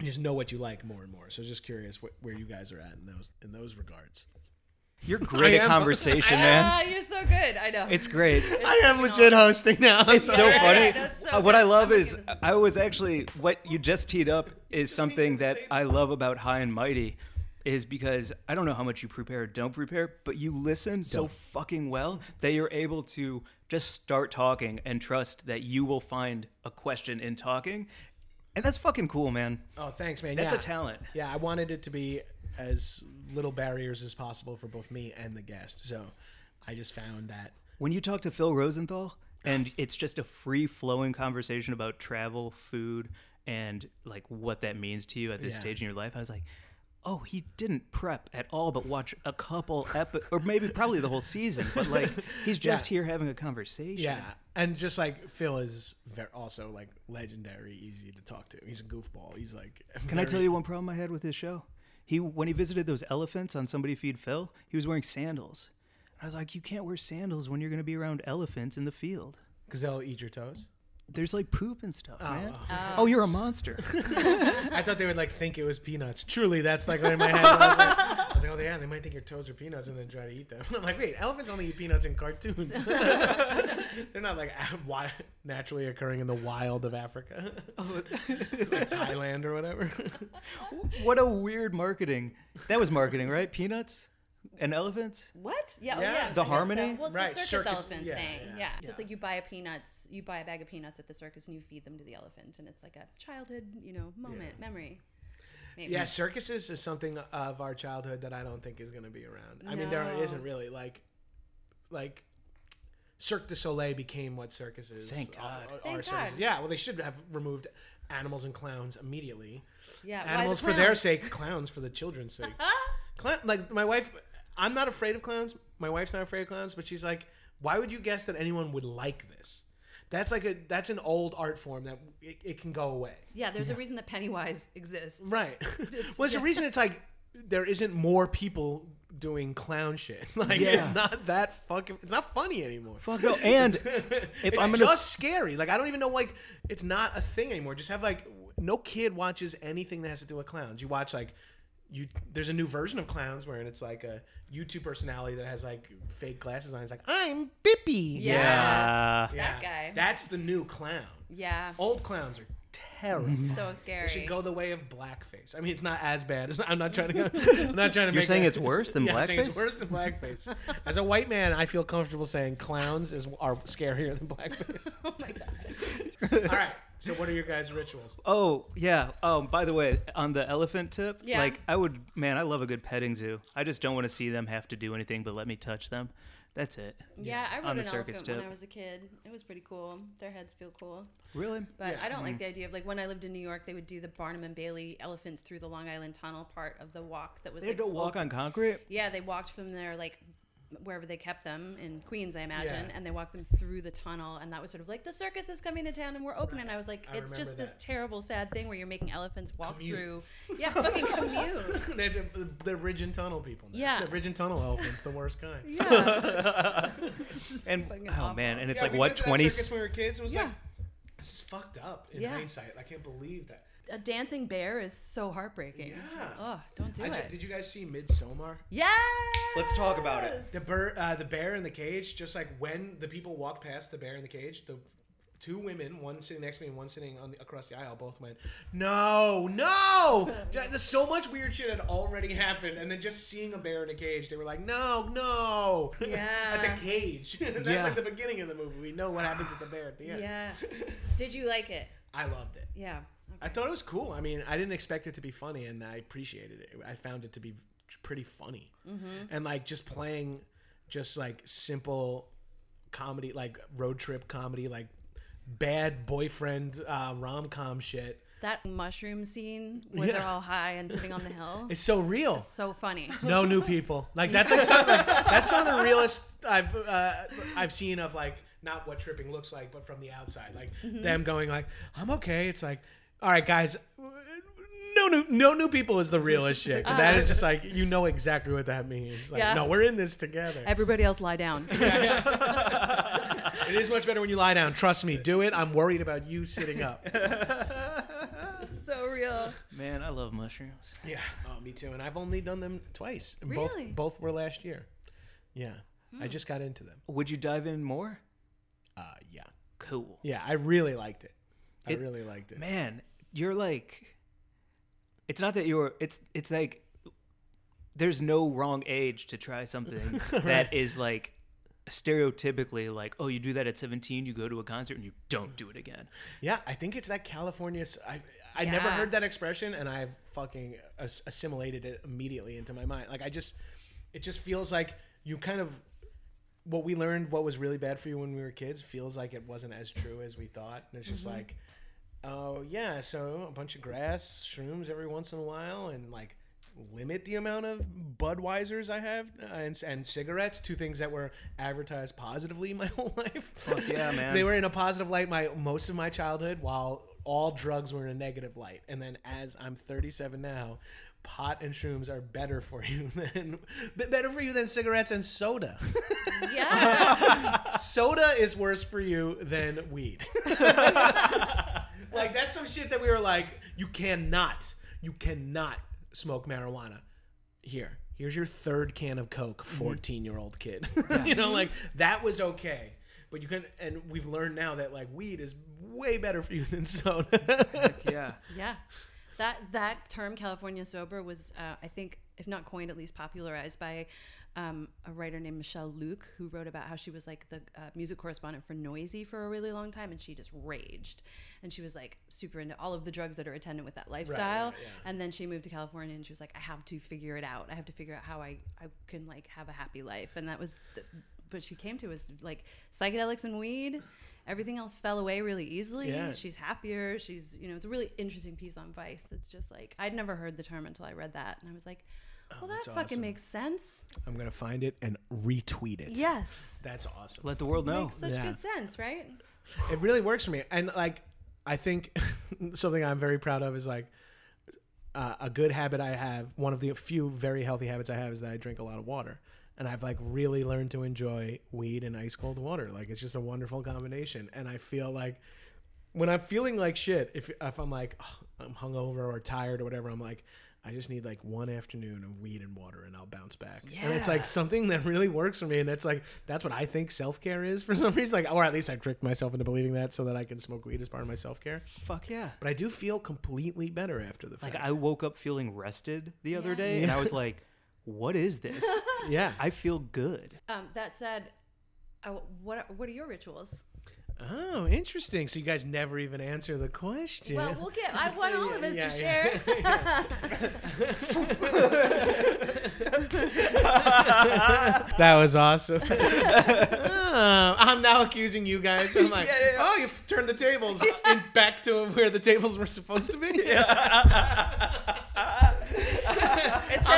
Speaker 5: you just know what you like more and more. So just curious wh- where you guys are at in those in those regards.
Speaker 2: You're great
Speaker 5: I
Speaker 2: at
Speaker 5: am-
Speaker 2: conversation, man.
Speaker 3: Ah, you're so good. I know.
Speaker 2: It's great.
Speaker 5: I am legit hosting now.
Speaker 2: It's so
Speaker 3: Yeah,
Speaker 2: funny.
Speaker 3: that's so
Speaker 2: Uh, what I
Speaker 3: good.
Speaker 2: love
Speaker 3: I'm
Speaker 2: is
Speaker 3: gonna give
Speaker 2: I was actually what you just teed up is something that I love about High and Mighty is because I don't know how much you prepare or don't prepare, but you listen so fucking well that you're able to just start talking and trust that you will find a question in talking. And that's fucking cool, man.
Speaker 5: Oh, thanks, man.
Speaker 2: That's
Speaker 5: yeah.
Speaker 2: a talent.
Speaker 5: Yeah, I wanted it to be as little barriers as possible for both me and the guest. So I just found that.
Speaker 2: When you talk to Phil Rosenthal and it's just a free flowing conversation about travel, food, and like what that means to you at this
Speaker 5: Yeah.
Speaker 2: stage in your life, I was like, oh, he didn't prep at all, but watch a couple epi or maybe probably the whole season, but like he's just
Speaker 5: Yeah.
Speaker 2: here having a conversation.
Speaker 5: Yeah, and just like Phil is ver- also like legendary, easy to talk to. He's a goofball. He's like,
Speaker 2: Can I tell you one problem I had with his show? He when he visited those elephants on Somebody Feed Phil, he was wearing sandals. And I was like, you can't wear sandals when you're going to be around elephants in the field.
Speaker 5: because they'll eat your toes.
Speaker 2: There's like poop and stuff, man. oh, you're a monster.
Speaker 5: I thought they would like think it was peanuts. Truly, that's like what in my head. was. Like, I was like, oh yeah, they might think your toes are peanuts and then try to eat them. I'm like, wait, elephants only eat peanuts in cartoons. They're not like wi- naturally occurring in the wild of Africa, Or Thailand or whatever.
Speaker 2: What a weird marketing. That was marketing, right? Peanuts and elephants.
Speaker 3: What? Yeah,
Speaker 5: Yeah.
Speaker 3: Oh, yeah.
Speaker 2: The
Speaker 3: I guess
Speaker 2: harmony?
Speaker 3: So. Well, it's
Speaker 5: Right,
Speaker 3: a circus,
Speaker 5: circus-
Speaker 3: elephant
Speaker 5: yeah,
Speaker 3: thing.
Speaker 5: yeah,
Speaker 3: Yeah.
Speaker 5: yeah.
Speaker 3: So it's like you buy a peanuts, you buy a bag of peanuts at the circus, and you feed them to the elephant, and it's like a childhood, you know, moment, memory. Maybe.
Speaker 5: Yeah, circuses is something of our childhood that I don't think is going to be around. I mean, there
Speaker 3: No.
Speaker 5: isn't really like, like. Cirque du Soleil became what circuses
Speaker 2: Thank
Speaker 5: are-
Speaker 2: God.
Speaker 5: are-
Speaker 3: Thank
Speaker 5: are circuses.
Speaker 3: God.
Speaker 5: Yeah, well, they should have removed animals and clowns immediately.
Speaker 3: Yeah. why the
Speaker 5: animals for their
Speaker 3: clown?
Speaker 5: sake, clowns for the children's sake. Clown, like my wife, I'm not afraid of clowns. My wife's not afraid of clowns, but she's like, why would you guess that anyone would like this? That's like a that's an old art form that it, it can go away.
Speaker 3: Yeah. There's a reason that Pennywise exists.
Speaker 5: Right. well, it's the reason it's like there isn't more people doing clown shit. Like it's not that fucking. It's not funny anymore.
Speaker 2: Fuck no. And if
Speaker 5: it's
Speaker 2: I'm gonna,
Speaker 5: just
Speaker 2: s-
Speaker 5: scary. Like I don't even know. Like it's not a thing anymore. Just have like w- no kid watches anything that has to do with clowns. You watch like you. There's a new version of clowns wherein it's like a YouTube personality that has like fake glasses on. It's like I'm Bippy.
Speaker 3: Yeah.
Speaker 2: yeah,
Speaker 3: That guy.
Speaker 5: That's the new clown.
Speaker 3: Yeah.
Speaker 5: Old clowns are
Speaker 2: Mm-hmm.
Speaker 5: terrible.
Speaker 3: So scary.
Speaker 5: It Oh. should go the way of blackface. I mean, it's not as bad. It's not, I'm not trying to. I'm not trying
Speaker 2: you're
Speaker 5: to. make
Speaker 2: saying
Speaker 5: that-
Speaker 2: it's worse than
Speaker 5: Yeah, I'm saying it's
Speaker 2: blackface.
Speaker 5: worse than blackface. As a white man, I feel comfortable saying clowns is are scarier than blackface.
Speaker 3: oh my god.
Speaker 5: All right. So, what are your guys' rituals?
Speaker 2: Oh yeah. Oh, by the way, on the elephant tip,
Speaker 3: Yeah.
Speaker 2: like I would, man, I love a good petting zoo. I just don't want to see them have to do anything but let me touch them. That's it.
Speaker 3: Yeah, I rode
Speaker 2: On
Speaker 3: an
Speaker 2: the circus
Speaker 3: elephant when
Speaker 2: tip.
Speaker 3: I was a kid. It was pretty cool. Their heads feel cool.
Speaker 2: Really?
Speaker 3: But I don't
Speaker 2: Mm.
Speaker 3: like the idea of like when I lived in New York, they would do the Barnum and Bailey elephants through the Long Island Tunnel part of the walk that was.
Speaker 2: They
Speaker 3: like,
Speaker 2: don't walk on concrete.
Speaker 3: Yeah, they walked from their like wherever they kept them in Queens, I imagine,
Speaker 5: Yeah.
Speaker 3: and they walked them through the tunnel, and that was sort of like the circus is coming to town and we're open. And I was like,
Speaker 5: I
Speaker 3: it's just
Speaker 5: remember
Speaker 3: this
Speaker 5: that.
Speaker 3: terrible, sad thing where you're making elephants walk
Speaker 5: Commute.
Speaker 3: through. Yeah, fucking commute.
Speaker 5: They're, the- they're bridge and tunnel people. now.
Speaker 3: Yeah.
Speaker 5: The bridge and tunnel elephants, the worst kind. Yeah,
Speaker 2: And
Speaker 3: fucking
Speaker 2: oh
Speaker 3: awful.
Speaker 2: man, and it's like
Speaker 5: we
Speaker 2: what
Speaker 5: went to that
Speaker 2: twenty?
Speaker 5: circus when we were kids. and It was
Speaker 3: Yeah.
Speaker 5: like, this is fucked up in
Speaker 3: Yeah.
Speaker 5: hindsight. I can't believe that.
Speaker 3: A dancing bear is so heartbreaking.
Speaker 5: Yeah.
Speaker 3: Oh, don't do
Speaker 5: I ju-
Speaker 3: it.
Speaker 5: did you guys see Midsommar?
Speaker 3: Yeah.
Speaker 2: Let's talk about it.
Speaker 5: The bear, uh, the bear in the cage. Just like when the people walked past the bear in the cage, the two women, one sitting next to me and one sitting on the, across the aisle, both went, "No, no!" Th- th- so much weird shit had already happened, and then just seeing a bear in a cage, they were like, "No, no!"
Speaker 3: Yeah.
Speaker 5: at the cage. That's
Speaker 2: Yeah.
Speaker 5: like the beginning of the movie. We know what happens at the bear at the end.
Speaker 3: Yeah. Did you like it?
Speaker 5: I loved it.
Speaker 3: Yeah.
Speaker 5: I thought it was cool. I mean, I didn't expect it to be funny, and I appreciated it. I found it to be pretty funny, and like just playing, just like simple comedy, like road trip comedy, like bad boyfriend uh, rom com shit.
Speaker 3: That mushroom scene where they're
Speaker 5: Yeah.
Speaker 3: all high and sitting on the hill.
Speaker 5: It's so real.
Speaker 3: so funny.
Speaker 5: No new people. Like that's like, some, like that's some of the realest I've uh, I've seen of like not what tripping looks
Speaker 3: Mm-hmm.
Speaker 5: like, but from the outside, like them going like I'm okay. It's like all right, guys, no new no new people is the realest shit. 'cause that is just like you know exactly what that means. Like,
Speaker 3: Yeah.
Speaker 5: No, we're in this together.
Speaker 3: Everybody else lie down.
Speaker 5: it is much better when you lie down. Trust me, do it. I'm worried about you sitting up.
Speaker 3: so real.
Speaker 2: Man, I love mushrooms.
Speaker 5: yeah. Oh, me too. And I've only done them twice. And
Speaker 3: Really? Hmm.
Speaker 5: Both both were last year. Yeah. I just got into them.
Speaker 2: Would you dive in more?
Speaker 5: Uh, yeah.
Speaker 2: Cool.
Speaker 5: Yeah. I really liked it. I
Speaker 2: It-
Speaker 5: really liked it.
Speaker 2: Man, you're like it's not that you're it's it's like there's no wrong age to try something that is like stereotypically like oh you do that at 17 you go to a concert and you don't do it again
Speaker 5: Yeah, I think it's that California. s- I I never
Speaker 3: Yeah.
Speaker 5: heard that expression, and I've fucking as- assimilated it immediately into my mind. Like I just, it just feels like you kind of what we learned, what was really bad for you when we were kids, feels like it wasn't as true as we thought, and it's just
Speaker 2: Mm-hmm.
Speaker 5: like, oh yeah, so a bunch of grass, shrooms every once in a while, and like limit the amount of Budweisers I have uh, and, and cigarettes, two things that were advertised positively my whole life. Fuck
Speaker 2: yeah, man.
Speaker 5: they were in a positive light my most of my childhood while all drugs were in a negative light. And then as I'm 37 now, pot and shrooms are better for you than better for you than cigarettes and soda.
Speaker 3: Yeah.
Speaker 5: soda is worse for you than weed. like that's some shit that we were like, you cannot, you cannot smoke marijuana. Here, here's your third can of Coke, fourteen year old kid. you know, like that was okay. But you can, and we've learned now that like weed is way better for you than soda.
Speaker 2: yeah
Speaker 3: yeah. That that term California sober was uh, I think if not coined at least popularized by um, a writer named Michelle Luke who wrote about how she was like the uh, music correspondent for Noisy for a really long time and she just raged and she was like super into all of the drugs that are attendant with that lifestyle
Speaker 5: yeah.
Speaker 3: and then she moved to California and she was like I have to figure it out I have to figure out how I I can like have a happy life and that was the, what she came to was like psychedelics and weed everything else fell away really easily
Speaker 5: Yeah.
Speaker 3: she's happier. She's, you know, it's a really interesting piece on Vice that's just like, I'd never heard the term until I read that. And I was like, well, that
Speaker 5: Oh, that's
Speaker 3: fucking
Speaker 5: awesome.
Speaker 3: makes sense.
Speaker 5: I'm gonna find it and retweet it.
Speaker 3: Yes.
Speaker 5: that's awesome.
Speaker 2: let the world know
Speaker 3: Makes such
Speaker 5: Oh, Yeah.
Speaker 3: good sense, right?
Speaker 5: it really works for me and like i think something i'm very proud of is like uh, a good habit i have one of the few very healthy habits i have is that i drink a lot of water and i've like really learned to enjoy weed and ice cold water like it's just a wonderful combination and i feel like when i'm feeling like shit if if i'm like "Ugh, i'm hungover or tired or whatever i'm like I just need like one afternoon of weed and water, and I'll bounce back. And it's like something that really works for me, and that's like that's what I think self care is for some reason. Like, or at least I tricked myself into believing that so that I can smoke weed as part of my self care.
Speaker 2: fuck yeah
Speaker 5: But I do feel completely better after the fact.
Speaker 2: Like I woke up feeling rested the other
Speaker 3: Yeah.
Speaker 2: day, and I was like, "What is this?
Speaker 5: yeah.
Speaker 2: I feel good."
Speaker 3: Um, that said, I, what, are- what are your rituals?
Speaker 5: oh, interesting. So you guys never even answer the question.
Speaker 3: Well, we'll get, I want all of us
Speaker 5: Yeah,
Speaker 3: to
Speaker 5: yeah.
Speaker 3: share.
Speaker 5: that was awesome. Oh, I'm now accusing you guys. I'm like,
Speaker 2: Yeah, yeah.
Speaker 5: oh, you have turned the tables in back to where the tables were supposed to be. I'm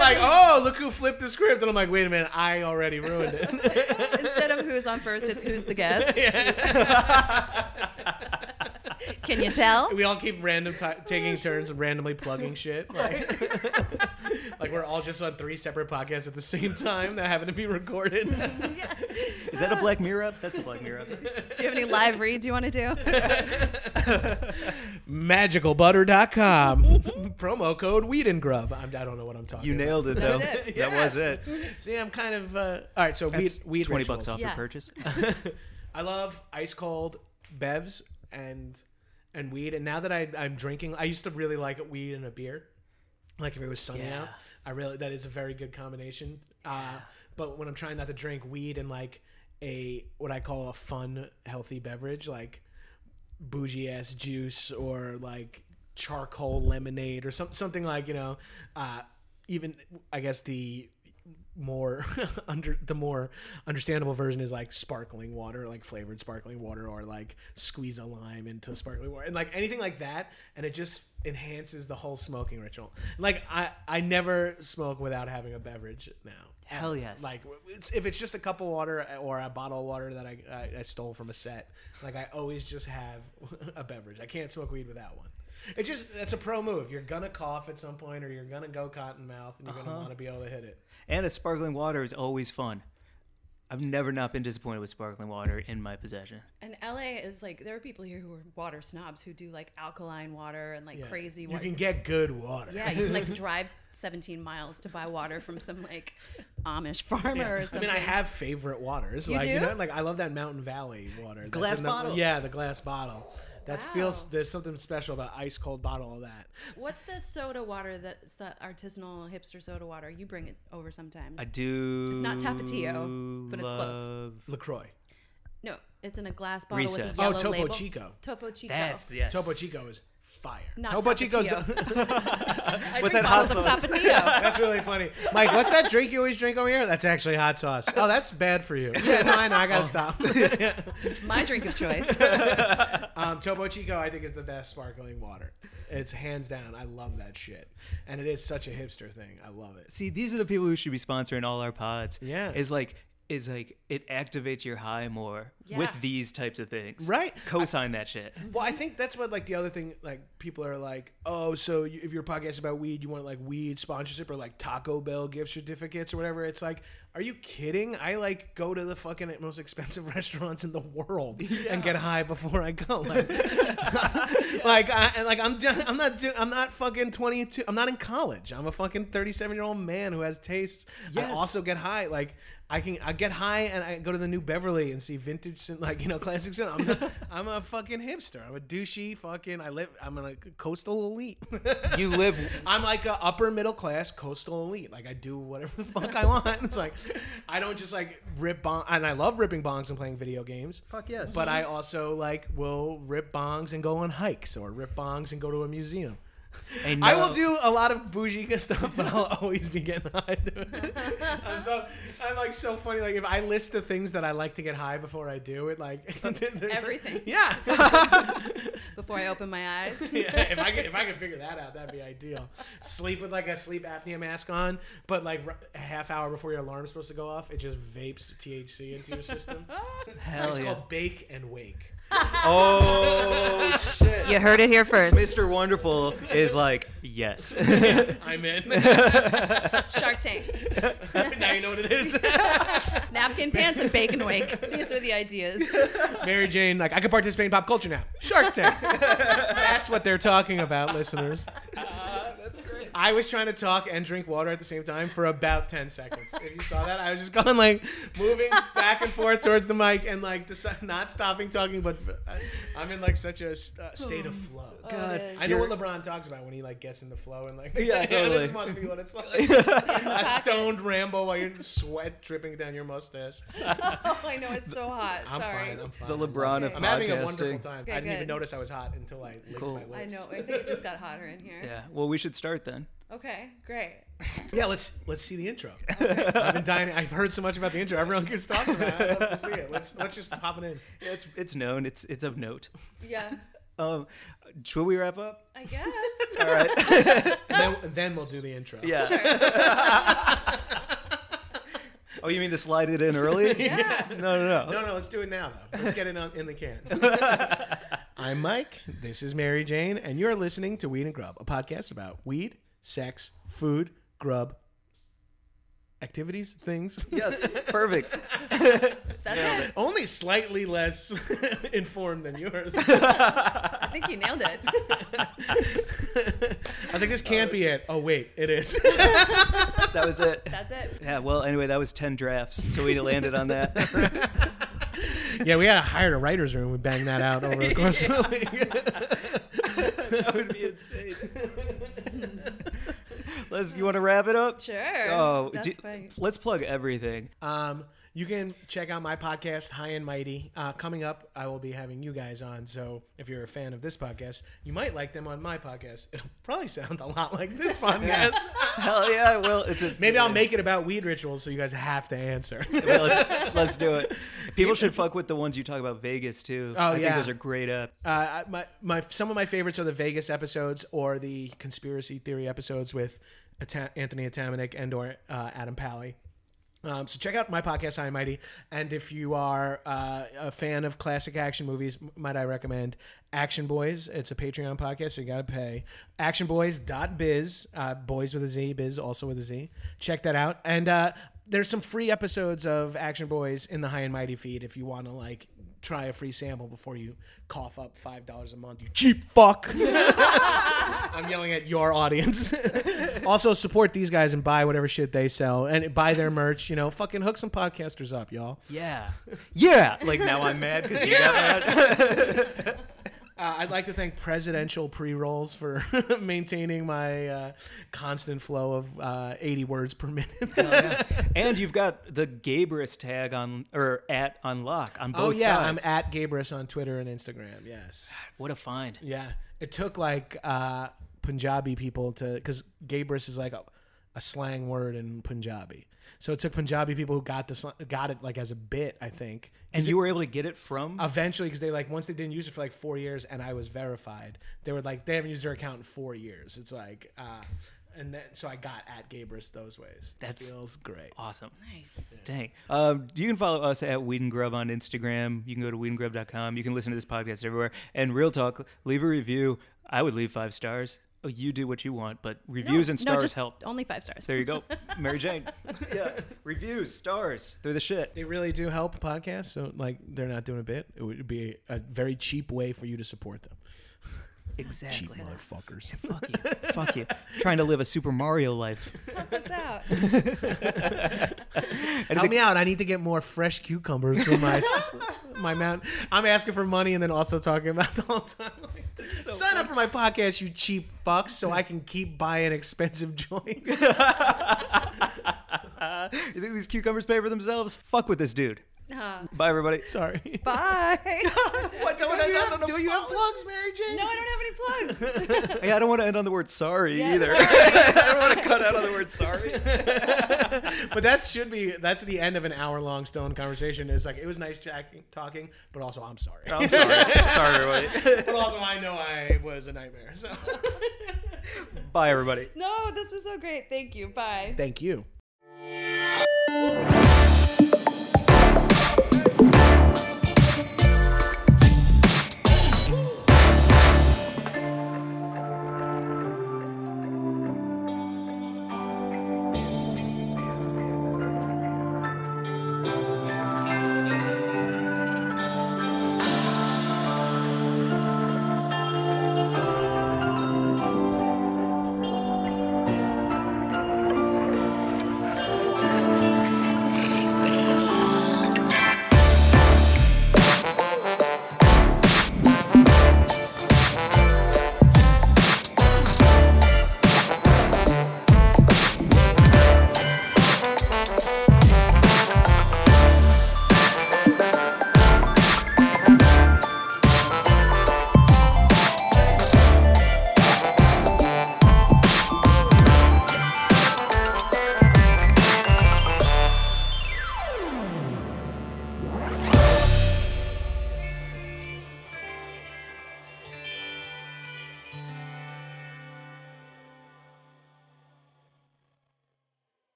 Speaker 5: like, oh, look who flipped the script, and I'm like, wait a minute, I already ruined it.
Speaker 3: Instead of who's on first, it's who's the guest. Can you tell?
Speaker 5: we all keep random ti taking turns and randomly plugging shit. Like, like we're all just on three separate podcasts at the same time that happen to be recorded.
Speaker 2: Is that a Black Mirror? Up? That's a Black Mirror. Up.
Speaker 3: Do you have any live reads you want to do?
Speaker 5: MagicalButter.com promo code Weed and Grub. I'm, I don't know what I'm talking.
Speaker 2: You
Speaker 5: about.
Speaker 2: nailed it though.
Speaker 3: was it.
Speaker 2: That was it.
Speaker 5: See, I'm kind of uh, all right. So weed,
Speaker 2: That's
Speaker 5: weed
Speaker 2: twenty
Speaker 5: rituals.
Speaker 2: bucks off your
Speaker 3: Yes.
Speaker 2: purchase.
Speaker 5: I love ice cold bevs and and weed. And now that I, I'm drinking, I used to really like weed and a beer. Like if it was sunny
Speaker 2: Yeah.
Speaker 5: out, I really that is a very good combination. Uh, but when I'm trying not to drink weed and like a what I call a fun healthy beverage, like bougie ass juice or like charcoal lemonade or some, something like you know, uh, even I guess the more under the more understandable version is like sparkling water, like flavored sparkling water, or like squeeze a lime into sparkling water, and like anything like that, and it just enhances the whole smoking ritual. Like I, I never smoke without having a beverage now.
Speaker 2: Hell yes.
Speaker 5: Like it's, if it's just a cup of water or a bottle of water that I, I, I stole from a set, like I always just have a beverage. I can't smoke weed without one. It just it's a pro move. You're gonna cough at some point, or you're gonna go cotton mouth, and you're gonna
Speaker 2: Uh-huh.
Speaker 5: want to be able to hit it.
Speaker 2: And a sparkling water is always fun. I've never not been disappointed with sparkling water in my possession.
Speaker 3: And LA is like there are people here who are water snobs who do like alkaline water and like
Speaker 5: Yeah.
Speaker 3: crazy
Speaker 5: You
Speaker 3: water.
Speaker 5: can get good water.
Speaker 3: yeah, you can like drive 17 miles to buy water from some like Amish farmer or
Speaker 5: I
Speaker 3: something.
Speaker 5: mean, I have favorite waters.
Speaker 3: You
Speaker 5: like you
Speaker 3: do?
Speaker 5: know, like I love that Mountain Valley water. That's
Speaker 2: Glass
Speaker 5: in the-
Speaker 2: bottle.
Speaker 5: Yeah, the glass bottle. That
Speaker 3: Wow.
Speaker 5: feels there's something special about ice cold bottle of that.
Speaker 3: What's the soda water that's the artisanal hipster soda water? You bring it over sometimes.
Speaker 2: I do.
Speaker 3: It's not Tapatio, but it's close.
Speaker 2: love-
Speaker 5: Lacroix.
Speaker 3: no, it's in a glass bottle with
Speaker 2: Recess.
Speaker 3: a
Speaker 2: Oh,
Speaker 3: yellow
Speaker 5: Topo
Speaker 3: label.
Speaker 5: Chico.
Speaker 3: Topo Chico.
Speaker 2: That's yes.
Speaker 5: Topo Chico is fire.
Speaker 3: Not
Speaker 5: Topo
Speaker 3: Topo
Speaker 5: Chico's
Speaker 3: Chico.
Speaker 5: the,
Speaker 3: I
Speaker 2: What's
Speaker 3: drink
Speaker 2: that hot
Speaker 3: bottles of
Speaker 2: sauce?
Speaker 3: Tapatio.
Speaker 5: that's really funny. Mike, what's that drink you always drink over here? That's actually hot sauce. Oh, that's bad for you. Yeah, no, I know. I
Speaker 3: Oh.
Speaker 5: gotta stop.
Speaker 3: My drink of choice.
Speaker 5: Um, Topo Chico, I think, is the best sparkling water. It's hands down. I love that shit, and it is such a hipster thing. I love it.
Speaker 2: See, these are the people who should be sponsoring all our pods.
Speaker 5: Yeah.
Speaker 2: Is like is like it activates your high more with
Speaker 3: Yeah.
Speaker 2: these types of things.
Speaker 5: Right.
Speaker 2: Co-sign that shit.
Speaker 5: Well, I think that's what like the other thing like people are like, oh, so you, if your podcast is about weed, you want like weed sponsorship or like Taco Bell gift certificates or whatever. It's like, are you kidding? I like go to the fucking most expensive restaurants in the world and get high before I go. Like, like, I, and, like I'm just, I'm not do, I'm not fucking 22. I'm not in college. I'm a fucking 37 year old man who has tastes. I
Speaker 2: Yes.
Speaker 5: also get high. Like I can I get high and I go to the New Beverly and see vintage cin- like you know classic cinema. I'm, not, I'm a fucking hipster. I'm a douchey fucking. I live. I'm a coastal elite.
Speaker 2: You live
Speaker 5: I'm like a upper middle class coastal elite. Like I do whatever the fuck I want. It's like I don't just like rip bong and I love ripping bongs and playing video games.
Speaker 2: Fuck yes.
Speaker 5: But I also like will rip bongs and go on hikes or rip bongs and go to a museum.
Speaker 2: And
Speaker 5: I
Speaker 2: no-
Speaker 5: will do a lot of bougie stuff, but I'll always be getting high. doing it. I'm so I'm like so funny. Like if I list the things that I like to get high before I do it, like
Speaker 3: Everything.
Speaker 5: Yeah.
Speaker 3: Before I open my eyes.
Speaker 5: yeah, if I could if I could figure that out, that'd be ideal. Sleep with like a sleep apnea mask on, but like r- a half hour before your alarm's supposed to go off, it just vapes THC into your system.
Speaker 2: Hell
Speaker 5: it's
Speaker 2: yeah.
Speaker 5: called bake and wake.
Speaker 2: Oh shit.
Speaker 3: You heard it here first.
Speaker 2: Mr. Wonderful is like, yes.
Speaker 5: I'm in. now
Speaker 3: Shark Tank.
Speaker 5: you know what it is.
Speaker 3: Napkin pants and bacon wake. These are the ideas.
Speaker 5: Mary Jane, like I could participate in pop culture now. Shark Tank. That's what they're talking about, listeners.
Speaker 2: That's great.
Speaker 5: I was trying to talk and drink water at the same time for about 10 seconds. If you saw that, I was just going like moving back and forth towards the mic and like deci- not stopping talking, but I, I'm in like such a st- uh, state of flow.
Speaker 2: God.
Speaker 3: Oh, is.
Speaker 5: I know what LeBron talks about when he like gets in the flow and like
Speaker 2: Yeah,
Speaker 5: this
Speaker 2: totally.
Speaker 5: must be what it's like a stoned ramble while you're sweat dripping down your mustache.
Speaker 3: Oh, I know it's so hot.
Speaker 5: I'm
Speaker 3: Sorry.
Speaker 5: fine. I'm fine.
Speaker 2: The LeBron of
Speaker 5: I'm having a
Speaker 2: podcasting.
Speaker 5: wonderful time.
Speaker 3: Okay,
Speaker 5: I didn't even
Speaker 3: good.
Speaker 5: notice I was hot until I licked
Speaker 2: Cool.
Speaker 5: my lips.
Speaker 3: I know. I think it just got hotter in here.
Speaker 2: Yeah. Well, we should start then.
Speaker 3: Okay, great.
Speaker 5: Yeah, let's let's see the intro. I've been dying. I've heard so much about the intro. Everyone keeps talking about it. I'd love to see it. Let's let's just pop it in.
Speaker 2: It's it's known. It's it's of note.
Speaker 3: Yeah,
Speaker 2: Um, should we wrap up?
Speaker 3: I guess.
Speaker 2: All right.
Speaker 5: And then, then we'll do the intro.
Speaker 2: Yeah. oh, you mean to slide it in early? yeah. No, no, no.
Speaker 5: No, no, let's do it now though. Let's get it on, in the can. I'm Mike. This is Mary Jane, and you're listening to Weed and Grub, a podcast about weed, sex, food, grub, activities, things.
Speaker 2: Yes. Perfect.
Speaker 3: That's it.
Speaker 5: Only slightly less informed than yours.
Speaker 3: I think you nailed it.
Speaker 5: I was like, this can't be it. Oh wait, it is.
Speaker 2: That was it.
Speaker 3: That's it.
Speaker 2: Yeah. Well, anyway, that was ten drafts till we landed on that.
Speaker 5: Yeah, we had to hire a writer's room. We banged that out over the course of the week.
Speaker 2: that would be insane. Les, you want to wrap it up?
Speaker 3: Sure.
Speaker 2: Oh,
Speaker 3: that's
Speaker 2: do-
Speaker 3: fine.
Speaker 2: let's plug everything.
Speaker 5: Um, you can check out my podcast, High and Mighty. Uh, coming up, I will be having you guys on. So if you're a fan of this podcast, you might like them on my podcast. It'll probably sound a lot like this podcast.
Speaker 2: Hell yeah! Well, it's a,
Speaker 5: Maybe I'll make it about weed rituals so you guys have to answer.
Speaker 2: Well, let's, let's do it. People should fuck with the ones you talk about Vegas too.
Speaker 5: Oh,
Speaker 2: I
Speaker 5: yeah.
Speaker 2: think those are great apps.
Speaker 5: Uh, I- my, my some of my favorites are the Vegas episodes or the conspiracy theory episodes with Ata- Anthony Atamanik and or uh, Adam Pally. Um, so check out my podcast, I Am Mighty, and if you are uh, a fan of classic action movies, m- might I recommend Action Boys? It's a Patreon podcast, so you gotta pay. Actionboys.biz, uh, boys with a Z, biz also with a Z. Check that out, and uh, there's some free episodes of Action Boys in the High and Mighty feed if you want to like try a free sample before you cough up five dollars a month. You cheap fuck. I'm yelling at your audience. also, support these guys and buy whatever shit they sell and buy their merch. You know, fucking hook some podcasters up, y'all.
Speaker 2: Yeah. Yeah. Like now I'm mad because you got mad.
Speaker 5: Uh, I'd like to thank Presidential Pre Rolls for maintaining my uh, constant flow of uh, 80 words per minute. Oh,
Speaker 2: And you've got the Gabrus tag on or at unlock on both
Speaker 5: oh, yeah. I'm
Speaker 2: sides.
Speaker 5: at Gabrus on Twitter and Instagram. Yes.
Speaker 2: what a find.
Speaker 5: Yeah. It took like uh, Punjabi people to, because Gabrus is like a, a slang word in Punjabi. So it took Punjabi people who got the sl- got it like as a bit, I think.
Speaker 2: And you were able to get it from
Speaker 5: eventually because they like once they didn't use it for like four years and i was verified they were like they haven't used their account in four years it's like uh and then so i got at gabrus those ways
Speaker 2: That's-
Speaker 5: feels great
Speaker 2: Awesome.
Speaker 3: Nice.
Speaker 2: Dang. Um, you can follow us at Weed and Grub on Instagram. You can go to weedandgrub.com. You can listen to this podcast everywhere. And real talk, leave a review. I would leave five stars. Oh, you do what you want, but reviews and stars
Speaker 3: just
Speaker 2: help.
Speaker 3: Only five stars.
Speaker 2: There you go. Mary Jane. yeah. Reviews, stars. They're the shit.
Speaker 5: they really do help podcasts so like they're not doing a bit it would be a very cheap way for you to support them
Speaker 2: Exactly.
Speaker 5: cheap motherfuckers
Speaker 2: Fuck you. Fuck you. Trying to live a Super Mario life.
Speaker 3: Help us out.
Speaker 5: help me out i need to get more fresh cucumbers for my s- my mount i'm asking for money and then also talking about the whole time like, sign up for my podcast you cheap fucks so i can keep buying expensive joints
Speaker 2: You think these cucumbers pay for themselves? Fuck with this dude.
Speaker 3: Uh,
Speaker 2: Bye, everybody.
Speaker 5: Sorry.
Speaker 3: bye.
Speaker 2: What, don't,
Speaker 5: Do you, have, do you have plugs, Mary Jane?
Speaker 3: no, I don't have any plugs.
Speaker 2: Yeah, I don't want to end on the word sorry
Speaker 3: Yes.
Speaker 2: either. I don't want to cut out on the word sorry.
Speaker 5: But that should be that's the end of an hour long Stone conversation. It's like it was nice jacking, talking, but also I'm sorry.
Speaker 3: Oh.
Speaker 2: I'm sorry. sorry, everybody.
Speaker 5: but also I know I was a nightmare. So
Speaker 2: Bye, everybody.
Speaker 3: No, this was so great. Thank you. Bye.
Speaker 5: thank you.